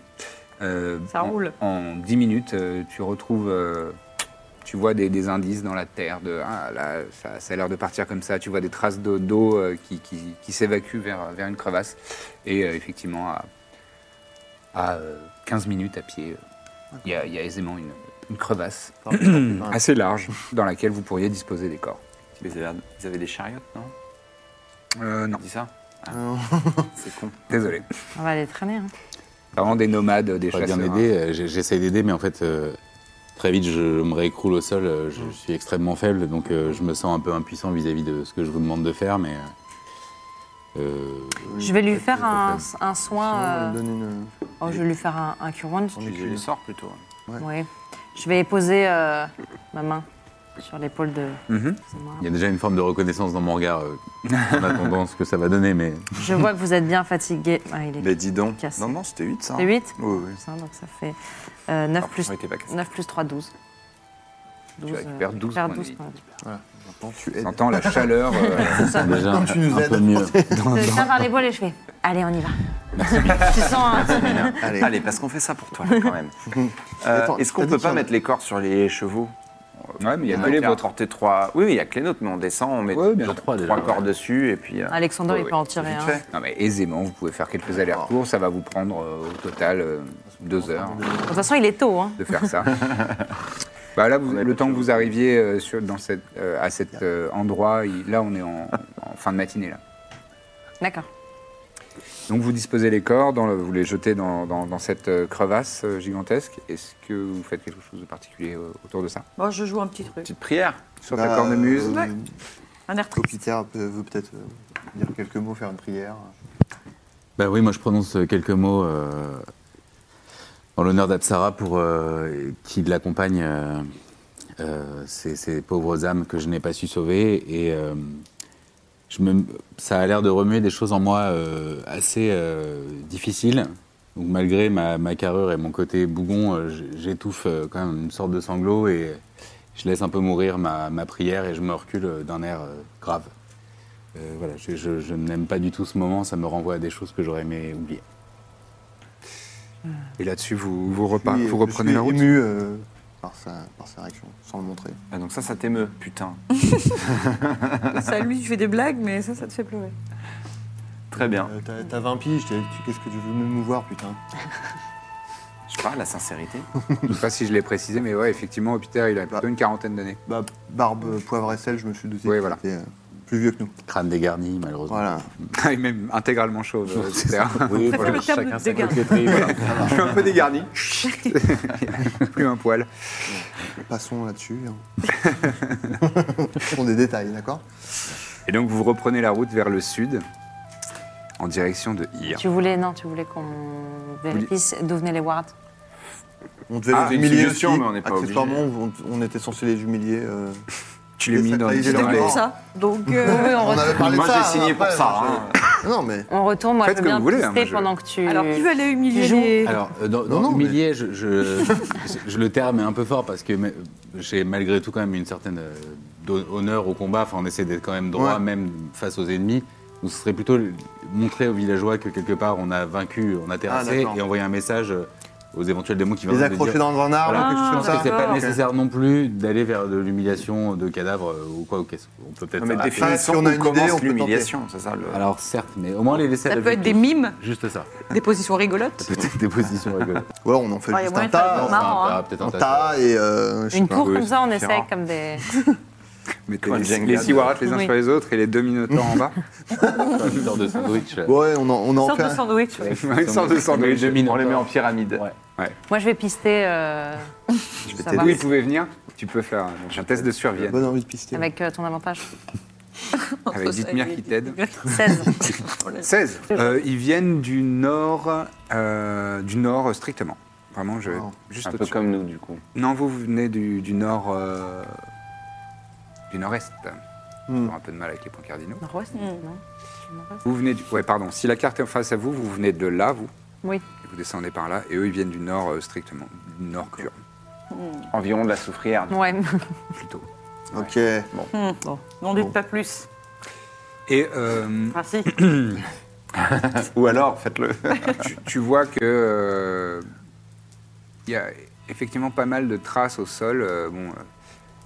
Speaker 7: Euh,
Speaker 6: Ça
Speaker 7: en,
Speaker 6: roule.
Speaker 7: En 10 minutes, euh, tu retrouves. euh, tu vois des, des indices dans la terre de. Ah, là, ça, ça a l'air de partir comme ça. Tu vois des traces d'eau d'eau, euh, qui, qui- qui s'évacuent vers, vers une crevasse. Et euh, effectivement, à, à, euh, 15 minutes à pied, euh, il y, a- il y a aisément une, une crevasse
Speaker 2: (clears throat)
Speaker 7: assez large dans laquelle vous pourriez disposer des corps.
Speaker 9: Mais Ils avaient, ils avaient des chariots, non
Speaker 7: Euh, non,
Speaker 9: On dit ça
Speaker 7: (laughs)
Speaker 3: Non.
Speaker 9: C'est con.
Speaker 7: désolé.
Speaker 2: On va les traîner. hein.
Speaker 7: Vraiment des nomades, des
Speaker 8: J'aurais
Speaker 7: chasseurs. hein,
Speaker 8: bien aidé, euh, j'ai- j'essaie d'aider, mais en fait, euh, très vite, je me réécroule au sol. euh, Je suis extrêmement faible, donc euh, je me sens un peu impuissant vis-à-vis de ce que je vous demande de faire, mais euh,
Speaker 2: Je vais lui faire un, un soin. euh, oh, je vais lui faire un, un cure wound.
Speaker 9: On
Speaker 3: Mm.
Speaker 9: utilise les sorts plutôt.
Speaker 2: Oui. Je vais poser euh, ma main sur l'épaule de.
Speaker 8: Il y a déjà une forme de reconnaissance dans mon regard (laughs) euh, en attendant ce que ça va donner, mais
Speaker 2: Je vois que vous êtes bien fatigué. Ah, il est
Speaker 5: Bah,
Speaker 9: Mais dis donc.
Speaker 2: cassé.
Speaker 9: Non, non, c'était 8
Speaker 5: hein.
Speaker 9: ça.
Speaker 2: C'est 8
Speaker 9: Oui, oui.
Speaker 2: Ça, donc ça fait euh, 9,
Speaker 9: Ah,
Speaker 2: plus,
Speaker 9: on était pas cassé.
Speaker 2: 9 plus 3, 12.
Speaker 9: Tu récupères 12
Speaker 2: je perds
Speaker 9: points de
Speaker 2: 12
Speaker 9: vie.
Speaker 2: points
Speaker 3: Voilà. Maintenant, tu aides.
Speaker 7: T'entends la chaleur. euh,
Speaker 2: C'est ça.
Speaker 8: (laughs) déjà
Speaker 3: Quand
Speaker 8: un,
Speaker 3: tu nous
Speaker 8: un
Speaker 3: aides.
Speaker 8: peu mieux.
Speaker 7: dans-
Speaker 2: Je
Speaker 7: dans-
Speaker 2: tiens par les voiles et je fais Allez, on y va. tu sens hein. un.
Speaker 9: Allez. Allez, parce qu'on fait ça pour toi là, quand (laughs) même. Euh,
Speaker 3: Attends,
Speaker 9: Est-ce
Speaker 3: t'as
Speaker 9: qu'on
Speaker 3: dit
Speaker 9: peut
Speaker 3: qu'il y
Speaker 9: pas
Speaker 3: en a-
Speaker 9: mettre les corps sur les chevaux
Speaker 7: Ouais, mais il y a
Speaker 9: On
Speaker 7: que les
Speaker 9: qu'à
Speaker 7: vôtres.
Speaker 9: apporter trois. Oui, oui, il y a que les nôtres, mais on descend, on met
Speaker 7: Ouais, bien
Speaker 9: deux-
Speaker 7: sûr.
Speaker 9: trois,
Speaker 8: Déjà,
Speaker 9: corps
Speaker 8: ouais.
Speaker 9: dessus et puis. euh,
Speaker 2: Alexandre,
Speaker 9: ouais,
Speaker 2: il
Speaker 9: ouais.
Speaker 2: peut en tirer
Speaker 9: Vite
Speaker 2: un.
Speaker 9: fait.
Speaker 7: Non, mais aisément, vous pouvez faire quelques allers-retours. Ça va vous prendre euh, au total euh, deux heures
Speaker 2: De toute façon, il est tôt. Hein.
Speaker 7: de faire (laughs) ça. Bah là, vous- le temps que vous arriviez euh, sur, dans cette, euh, à cet euh, endroit, il- là, on est en, en fin de matinée. Là.
Speaker 2: D'accord.
Speaker 7: Donc, vous disposez les corps, dans le- vous les jetez dans, dans- dans cette euh, crevasse euh, gigantesque. Est-ce que vous faites quelque chose de particulier euh, autour de ça Bah, euh,
Speaker 6: Moi, Oh, je joue un petit truc.
Speaker 9: Petite prière.
Speaker 7: Sur ta cornemuse
Speaker 6: Ouais. Un air triste.
Speaker 3: Copiter Bah, euh, peut- veut peut-être euh, dire quelques mots, faire une prière.
Speaker 8: Bah oui, moi je prononce quelques mots euh, en l'honneur d'Apsara pour euh, qu'il accompagne euh, euh, ces, ces pauvres âmes que je n'ai pas su sauver. Et euh, je me- ça a l'air de remuer des choses en moi euh, assez euh, difficiles. Donc malgré ma, ma carrure et mon côté bougon, euh, j- j'étouffe euh, quand même une sorte de sanglot et je laisse un peu mourir ma, ma prière et je me recule euh, d'un air euh, grave. Euh, voilà, je, je- je n'aime pas du tout ce moment, ça me renvoie à des choses que j'aurais aimé oublier.
Speaker 7: Et là-dessus, vous, vous,
Speaker 3: Je
Speaker 7: repart-
Speaker 3: suis-
Speaker 7: vous reprenez
Speaker 3: je
Speaker 7: Bah, la
Speaker 3: suis
Speaker 7: route
Speaker 3: ému euh, par, sa, par sa réaction, sans le montrer.
Speaker 9: Ah, donc ça, ça t'émeut, putain.
Speaker 6: Ça, lui, je fais des blagues, mais ça, ça te fait pleurer.
Speaker 9: Très bien.
Speaker 3: Euh, t'as- T'as 20 piges, t'es- tu- qu'est-ce que tu veux me mouvoir, putain
Speaker 9: Je sais pas, la sincérité.
Speaker 7: Je sais pas si je l'ai précisé, mais ouais, effectivement, Peter, il a plutôt
Speaker 3: Bah.
Speaker 7: une quarantaine d'années.
Speaker 3: Bah, barbe, euh, poivre et sel, je me suis douté.
Speaker 7: Oui,
Speaker 3: qu'il
Speaker 7: voilà.
Speaker 3: était, euh, plus vieux que nous.
Speaker 8: Crâne dégarni, malheureusement.
Speaker 3: Voilà.
Speaker 7: (laughs) Et même Ah, intégralement (laughs) chauve, euh, etc.
Speaker 3: (laughs)
Speaker 8: Oui,
Speaker 6: Ça fait le terme
Speaker 8: chacun
Speaker 6: de
Speaker 8: sa
Speaker 6: garde.
Speaker 8: coquetterie, voilà.
Speaker 7: Je suis un peu (laughs) dégarni. Plus un poil.
Speaker 3: Passons là-dessus.
Speaker 9: (laughs)
Speaker 3: hein. Ce sont des détails, d'accord
Speaker 7: Et donc vous reprenez la route vers le sud, en direction de Ir.
Speaker 2: Tu voulais, non, tu voulais qu'on vérifie si- d'où venaient les wards.
Speaker 3: On devait
Speaker 9: Ah,
Speaker 3: les
Speaker 9: une
Speaker 3: humilier aussi.
Speaker 9: suggestion, mais on n'est pas
Speaker 3: Accessoirement, on, on était censé les humilier. euh,
Speaker 7: Tu l'as mis dans les
Speaker 3: J'ai
Speaker 6: C'était
Speaker 3: leur
Speaker 6: pour
Speaker 3: mort.
Speaker 6: ça. Donc, euh,
Speaker 3: on avait parlé
Speaker 9: Moi,
Speaker 3: de ça.
Speaker 9: j'ai signé
Speaker 3: hein,
Speaker 9: pour
Speaker 3: après,
Speaker 9: ça,
Speaker 3: euh, Non, mais
Speaker 2: On retourne, moi
Speaker 7: Faites
Speaker 2: je
Speaker 7: comme
Speaker 2: veux bien
Speaker 7: vous voulez, hein,
Speaker 2: pister
Speaker 7: moi, je-
Speaker 2: pendant que tu.
Speaker 6: alors, qui veut aller humilier
Speaker 2: Tu joues.
Speaker 6: les...
Speaker 8: Alors, euh, dans, dans
Speaker 3: non, mais-
Speaker 8: humilier, je, je- (laughs) je le terme est un peu fort parce que mais, j'ai malgré tout quand même une certaine euh, don- honneur au combat. Enfin, on essaie d'être quand même droit,
Speaker 3: Ouais.
Speaker 8: même face aux ennemis. Donc, ce serait plutôt le- montrer aux villageois que quelque part on a vaincu, on a terrassé
Speaker 3: Ah, d'accord.
Speaker 8: et envoyer un message euh, aux éventuels démons qui
Speaker 3: les
Speaker 8: viendraient de
Speaker 3: accrocher
Speaker 8: dire-
Speaker 3: dans un arbre, quelque
Speaker 8: Ah, Voilà.
Speaker 3: chose
Speaker 8: Je
Speaker 9: Ah,
Speaker 3: comme
Speaker 8: pense que
Speaker 3: ça.
Speaker 8: c'est pas
Speaker 3: Ok.
Speaker 8: nécessaire non plus d'aller vers de l'humiliation de cadavres euh, ou quoi. ou qu'est-ce- On peut peut-être.
Speaker 9: Non, mais
Speaker 8: faire
Speaker 3: défi-
Speaker 9: définissons
Speaker 3: si on a une
Speaker 9: où
Speaker 3: idée, on peut
Speaker 9: commence
Speaker 3: tenter.
Speaker 9: l'humiliation, c'est ça le...
Speaker 8: la- Alors certes, mais au moins les laisser. à
Speaker 6: Ça
Speaker 8: la
Speaker 6: peut être
Speaker 8: vue.
Speaker 6: des mimes,
Speaker 8: Juste ça.
Speaker 6: des positions rigolotes.
Speaker 8: (laughs) Peut-être des (laughs) positions rigolantes.
Speaker 3: Ouais, on en fait
Speaker 6: Ah, il y a
Speaker 3: juste
Speaker 6: moyen
Speaker 3: un
Speaker 6: de faire
Speaker 3: tas.
Speaker 6: des
Speaker 3: enfin,
Speaker 6: marrants,
Speaker 8: On
Speaker 6: hein.
Speaker 8: verra peut-être
Speaker 3: Un
Speaker 8: un
Speaker 3: tas et. euh, je sais
Speaker 2: Une
Speaker 3: pas.
Speaker 2: tour comme ça, on
Speaker 9: c'est
Speaker 2: essaye
Speaker 9: rare.
Speaker 2: comme des.
Speaker 7: Mettez
Speaker 9: Comme
Speaker 7: les,
Speaker 9: Jenga
Speaker 7: les six
Speaker 9: de-
Speaker 7: warrats les uns
Speaker 2: Oui.
Speaker 7: sur les autres et les deux minotaures (laughs) en bas.
Speaker 8: tas, (laughs) une sorte de sandwich. là.
Speaker 3: Ouais, on en, on en
Speaker 6: Sorte
Speaker 3: fait
Speaker 6: de
Speaker 7: (laughs)
Speaker 3: un.
Speaker 6: sandwich. ouais.
Speaker 7: Une sorte de sandwich.
Speaker 8: Les deux minotaures.
Speaker 9: On les met en pyramide.
Speaker 8: Ouais.
Speaker 2: Moi je vais pister. euh, savoir
Speaker 7: D'où ils pouvaient venir Tu peux faire euh, donc, un test de survie
Speaker 3: Bonne envie de pister.
Speaker 2: Avec euh, ton avantage.
Speaker 7: avec Dithmir qui t'aide.
Speaker 2: 16.
Speaker 7: (laughs) 16. Euh, ils viennent du nord, euh, du nord euh, strictement. Vraiment, je,
Speaker 3: Wow.
Speaker 7: juste
Speaker 9: Un peu
Speaker 7: au-dessus.
Speaker 9: comme nous, du coup.
Speaker 7: Non, vous, vous venez du, du nord, euh, du nord-est.
Speaker 3: Hmm.
Speaker 7: Pour un peu de mal avec les points cardinaux.
Speaker 2: Nord-Ouest, non
Speaker 7: Vous venez du. Ouais, pardon. Si la carte est en face à vous, vous venez de là, vous.
Speaker 2: Oui.
Speaker 7: Et vous descendez par là. Et eux, ils viennent du nord euh, strictement. Du nord cure,
Speaker 9: Environ de la soufrière.
Speaker 2: Ouais. (laughs)
Speaker 7: plutôt.
Speaker 3: Ok. Bon.
Speaker 6: N'en doute pas plus.
Speaker 7: Et euh,
Speaker 6: Enfin, si.
Speaker 9: Ou alors, (laughs) faites-le.
Speaker 7: tu, tu vois que. euh, Il y a effectivement pas mal de traces au sol. euh, bon, euh,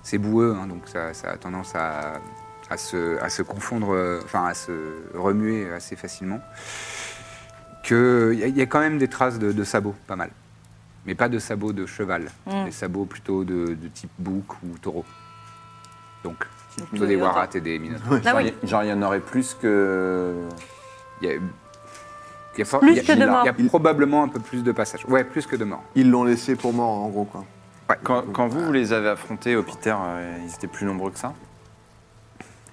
Speaker 7: c'est boueux, hein, donc ça, ça a tendance à, à se, à se confondre, euh, enfin à se remuer assez facilement. Que- Il y, a- il y a quand même des traces de, de sabots, pas mal. Mais pas de sabots de cheval,
Speaker 2: Mm.
Speaker 7: des sabots plutôt de, de type bouc ou taureau. Donc, plutôt des
Speaker 6: minotaures.
Speaker 7: warats et des minotaures.
Speaker 6: Ah
Speaker 9: Genre,
Speaker 6: oui.
Speaker 9: il- genre, il y en aurait plus que.
Speaker 7: Il y a, il y a for-
Speaker 2: Plus
Speaker 7: il y a-
Speaker 2: que de
Speaker 7: il y a-
Speaker 2: morts.
Speaker 7: il y a probablement un peu plus de passages. Ouais, plus que de morts.
Speaker 3: Ils l'ont laissé pour mort, en gros, quoi.
Speaker 9: Quand, quand vous, vous les avez affrontés au Peter, euh, ils étaient plus nombreux que ça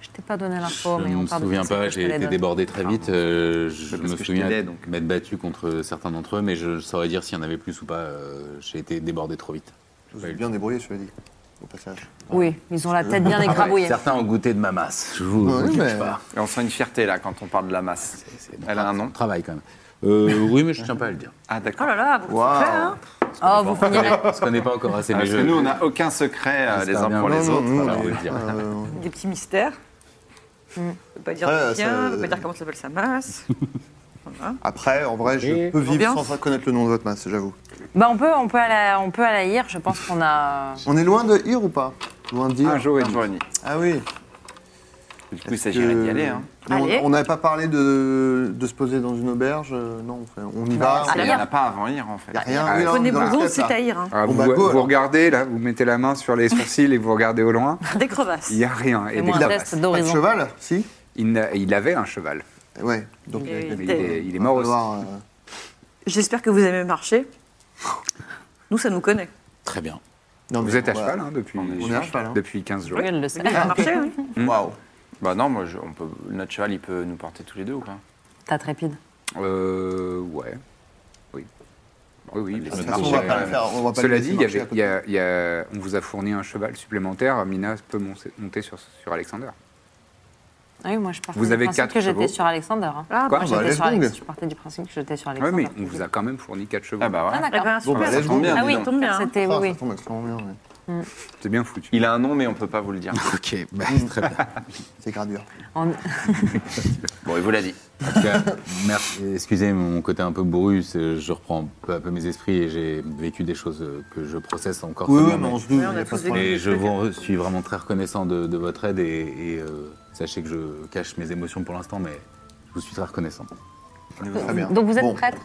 Speaker 2: Je t'ai pas donné l'info,
Speaker 8: Je
Speaker 2: mais
Speaker 8: ne
Speaker 2: on
Speaker 8: me
Speaker 2: parle de
Speaker 8: souviens
Speaker 2: principe
Speaker 8: pas,
Speaker 2: que je te
Speaker 8: j'ai
Speaker 2: l'ai
Speaker 8: été
Speaker 2: donné.
Speaker 8: débordé très vite. euh, je
Speaker 9: parce
Speaker 8: me
Speaker 9: que je
Speaker 8: souviens
Speaker 9: t'aidais, donc.
Speaker 8: m'être battu contre certains d'entre eux, mais je saurais dire s'il y en avait plus ou pas. euh, j'ai été débordé trop vite.
Speaker 3: Vous êtes bien débrouillé, je l'ai dit, au passage.
Speaker 2: Oui, ils ont la tête bien
Speaker 8: Ah ouais,
Speaker 2: égrabouillée.
Speaker 8: certains ont goûté de ma masse, je vous,
Speaker 3: Ouais,
Speaker 8: je vous le
Speaker 3: mais-
Speaker 8: cache pas.
Speaker 9: Et on sent une fierté là quand on parle de la masse. Elle a un nom.
Speaker 8: Travail quand même. Euh, oui, mais je tiens pas à le dire.
Speaker 9: Ah
Speaker 6: Oh
Speaker 9: d'accord.
Speaker 6: là là, vous
Speaker 3: Waouh.
Speaker 6: êtes prêts, hein
Speaker 2: Oh, vous
Speaker 8: On (laughs)
Speaker 2: finirez
Speaker 8: se connaît pas encore assez, Ah,
Speaker 9: Ah,
Speaker 8: mais
Speaker 9: parce
Speaker 8: je-
Speaker 9: que nous, on n'a aucun secret euh,
Speaker 8: J'espère
Speaker 9: les uns
Speaker 8: bien.
Speaker 9: pour les
Speaker 8: Non, non,
Speaker 9: autres.
Speaker 8: non,
Speaker 9: alors,
Speaker 8: non.
Speaker 9: on va dire.
Speaker 3: hein, Euh,
Speaker 6: Des petits mystères. On ne peut pas dire
Speaker 3: Ouais,
Speaker 6: d'où il vient,
Speaker 3: ça- euh,
Speaker 6: on ne peut pas dire comment s'appelle sa masse. Voilà.
Speaker 3: Après, en vrai, je
Speaker 8: Et
Speaker 3: peux vivre
Speaker 6: ambiance.
Speaker 3: sans connaître le nom de votre masse, j'avoue.
Speaker 2: Bah, on peut, on peut aller, on peut aller hier. Je pense qu'on a.
Speaker 3: On est loin de Ir ou pas Loin de dire
Speaker 9: Un jour et demi.
Speaker 3: Ah oui.
Speaker 9: Du coup, il s'agirait
Speaker 3: Que-
Speaker 9: d'y aller. Hein.
Speaker 3: Mais on-
Speaker 6: Allez.
Speaker 3: On n'avait pas parlé de, de se poser dans une auberge euh, Non, enfin, on y va.
Speaker 6: Ah,
Speaker 9: Il n'y
Speaker 6: hier.
Speaker 9: en a pas avant hier en fait.
Speaker 3: Il n'y a rien. oui, là, on
Speaker 6: Prenez
Speaker 3: est dans la
Speaker 6: bon
Speaker 3: steppe,
Speaker 6: c'est
Speaker 3: là.
Speaker 6: à
Speaker 7: (laughs)
Speaker 6: Hir, hein.
Speaker 7: Ah,
Speaker 3: Bon,
Speaker 7: vous,
Speaker 3: bah, go,
Speaker 7: vous
Speaker 3: alors.
Speaker 7: regardez là, vous mettez la main sur les sourcils et vous regardez au loin.
Speaker 6: Des crevasses.
Speaker 7: Il n'y a rien. Et
Speaker 2: Fais-moi un
Speaker 7: des-
Speaker 2: test
Speaker 3: Pas de
Speaker 2: d'horizon.
Speaker 3: cheval Si Eh
Speaker 7: il, n'a- il avait un cheval,
Speaker 3: Ouais. Donc, euh,
Speaker 6: Il
Speaker 3: il
Speaker 6: est-
Speaker 7: mais
Speaker 3: va
Speaker 7: il est, il est mort aussi.
Speaker 3: falloir, euh,
Speaker 6: J'espère que vous aimez marcher. Nous, ça nous connaît.
Speaker 8: Très bien.
Speaker 3: non, mais
Speaker 7: Vous êtes à
Speaker 3: on va-
Speaker 7: cheval hein, depuis,
Speaker 3: On est à cheval. hein.
Speaker 7: depuis 15 jours.
Speaker 2: Oui, elle le sait.
Speaker 6: Vous aimez marcher, oui.
Speaker 9: Waouh. Bah non, moi, je- on peut, notre cheval, il peut nous porter tous les deux ou pas
Speaker 2: T'as trépide.
Speaker 7: Euh, ouais. Oui. Oui, oui.
Speaker 9: De
Speaker 3: De
Speaker 9: toute
Speaker 3: toute
Speaker 7: parce
Speaker 3: façon,
Speaker 7: que-
Speaker 3: on va pas le faire. On va pas
Speaker 7: euh, Cela
Speaker 3: le laisser
Speaker 7: dit, il y
Speaker 3: marcher
Speaker 7: avait-
Speaker 3: à côté.
Speaker 7: il y a- il y a- on vous a fourni un cheval supplémentaire. Mina peut monter, monter sur, sur Alexander.
Speaker 2: Ah oui, moi je partais
Speaker 7: Vous
Speaker 2: du
Speaker 7: avez
Speaker 2: principe
Speaker 7: quatre
Speaker 2: que j'étais
Speaker 7: chevaux.
Speaker 2: sur Alexander. hein.
Speaker 6: Ah,
Speaker 7: Quoi
Speaker 2: Moi,
Speaker 7: bah,
Speaker 2: j'étais
Speaker 3: laisse
Speaker 2: sur Alex-
Speaker 3: donc.
Speaker 2: Je partais du principe que j'étais sur
Speaker 7: Oui,
Speaker 2: Alexander.
Speaker 7: mais on vous a quand même fourni 4 chevaux.
Speaker 9: Ah bah
Speaker 2: Ah
Speaker 9: voilà.
Speaker 6: Eh
Speaker 2: d'accord.
Speaker 6: ben,
Speaker 3: Bon, bah,
Speaker 6: super.
Speaker 3: let's go.
Speaker 9: bien,
Speaker 2: Ah
Speaker 9: dis
Speaker 2: oui,
Speaker 9: donc.
Speaker 2: tombe bien. C'était
Speaker 3: Ça,
Speaker 2: oui,
Speaker 3: ça
Speaker 2: oui.
Speaker 3: tombe extrêmement bien. ouais.
Speaker 7: C'est bien foutu.
Speaker 9: Il a un nom, mais on peut pas vous le dire.
Speaker 8: Ok, bah, très bien.
Speaker 3: Mm. C'est gradure.
Speaker 2: En-
Speaker 9: Bon, il vous l'a dit.
Speaker 8: En tout cas, merci. Excusez mon côté un peu bourru, c'est- je reprends peu à peu mes esprits et j'ai vécu des choses euh, que je processe encore.
Speaker 3: Oui,
Speaker 8: seulement,
Speaker 3: oui, mais on se doute.
Speaker 6: Ouais, on a
Speaker 3: il y a
Speaker 6: tous
Speaker 3: pas de
Speaker 6: des
Speaker 3: problème.
Speaker 8: Et je vous suis vraiment très reconnaissant de, de votre aide et, et, euh, sachez que je cache mes émotions pour l'instant, mais je vous suis très reconnaissant.
Speaker 3: Très bien.
Speaker 2: (laughs) Donc vous êtes
Speaker 3: Bon.
Speaker 2: prêtre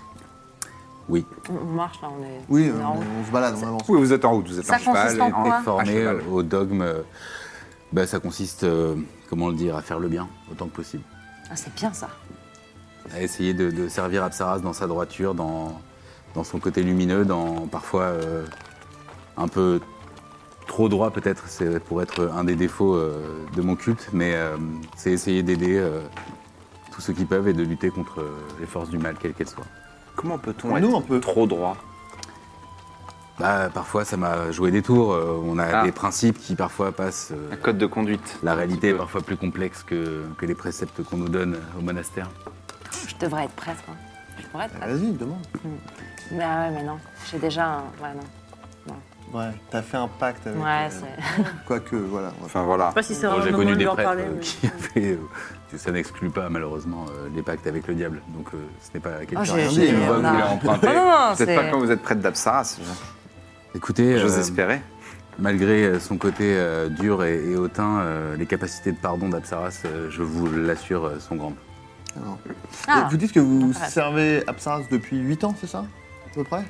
Speaker 8: Oui,
Speaker 2: On on marche là, on est.
Speaker 3: Oui,
Speaker 2: on
Speaker 3: euh,
Speaker 2: est en route.
Speaker 3: on se balade, on avance.
Speaker 7: Oui, vous êtes en route, vous êtes
Speaker 2: Ça
Speaker 7: en Ah, cheval.
Speaker 2: consiste en quoi
Speaker 7: et-
Speaker 8: formé
Speaker 7: à
Speaker 8: euh,
Speaker 7: cheval.
Speaker 8: au dogme, euh, bah, ça consiste, euh, comment le dire, à faire le bien autant que possible.
Speaker 2: Ah, c'est bien ça.
Speaker 8: à essayer de, de servir Absaras dans sa droiture, dans, dans son côté lumineux, dans parfois euh, un peu trop droit peut-être, c'est pour être un des défauts euh, de mon culte, mais euh, c'est essayer d'aider euh, tous ceux qui peuvent et de lutter contre euh, les forces du mal, quelles qu'elles soient.
Speaker 9: Comment peut-on être
Speaker 3: Nous, on peut.
Speaker 9: trop droit
Speaker 8: Bah, parfois ça m'a joué des tours, euh, on a
Speaker 9: Ah.
Speaker 8: des principes qui parfois passent... euh,
Speaker 9: Un code de conduite.
Speaker 8: la réalité est
Speaker 9: Un petit
Speaker 8: parfois plus complexe que, que les préceptes qu'on nous donne euh, au monastère.
Speaker 2: Je devrais être prêtre. hein. Je pourrais être
Speaker 3: Bah,
Speaker 2: prêtre.
Speaker 3: Vas-y, demande.
Speaker 2: Mais ah ouais, mais non. J'ai déjà un. Ouais, non.
Speaker 3: Ouais, t'as fait un pacte avec.
Speaker 2: Ouais,
Speaker 3: euh,
Speaker 2: c'est.
Speaker 3: Quoique, voilà. ouais.
Speaker 9: peu. Enfin voilà.
Speaker 6: Je sais pas si c'est
Speaker 8: Bon,
Speaker 6: vraiment
Speaker 8: Oh, J'ai
Speaker 6: le
Speaker 8: connu
Speaker 6: moment de
Speaker 8: des
Speaker 6: leur
Speaker 8: prêtres
Speaker 6: parler.
Speaker 8: euh,
Speaker 6: mais-
Speaker 8: qui (laughs) avaient. euh, ça n'exclut pas, malheureusement, euh, les pactes avec le diable. Donc, euh, ce n'est pas quelque
Speaker 2: Oh,
Speaker 8: chose
Speaker 2: j'ai-
Speaker 3: j'ai-
Speaker 8: une voie que vous
Speaker 2: non.
Speaker 8: voulez emprunter.
Speaker 2: Ah, Non, non, non,
Speaker 9: Vous n'êtes pas
Speaker 2: c'est.
Speaker 9: quand vous êtes prêtre d'Absaras, je-
Speaker 8: Écoutez,
Speaker 9: j'ose
Speaker 8: euh,
Speaker 9: espérer.
Speaker 8: malgré euh, son côté euh, dur et, et hautain, euh, les capacités de pardon d'Apsaras, euh, je vous l'assure, euh, sont grandes.
Speaker 3: Alors.
Speaker 2: Ah,
Speaker 3: Vous dites que vous
Speaker 2: Bref.
Speaker 3: servez Absaras depuis 8 ans, c'est ça À peu près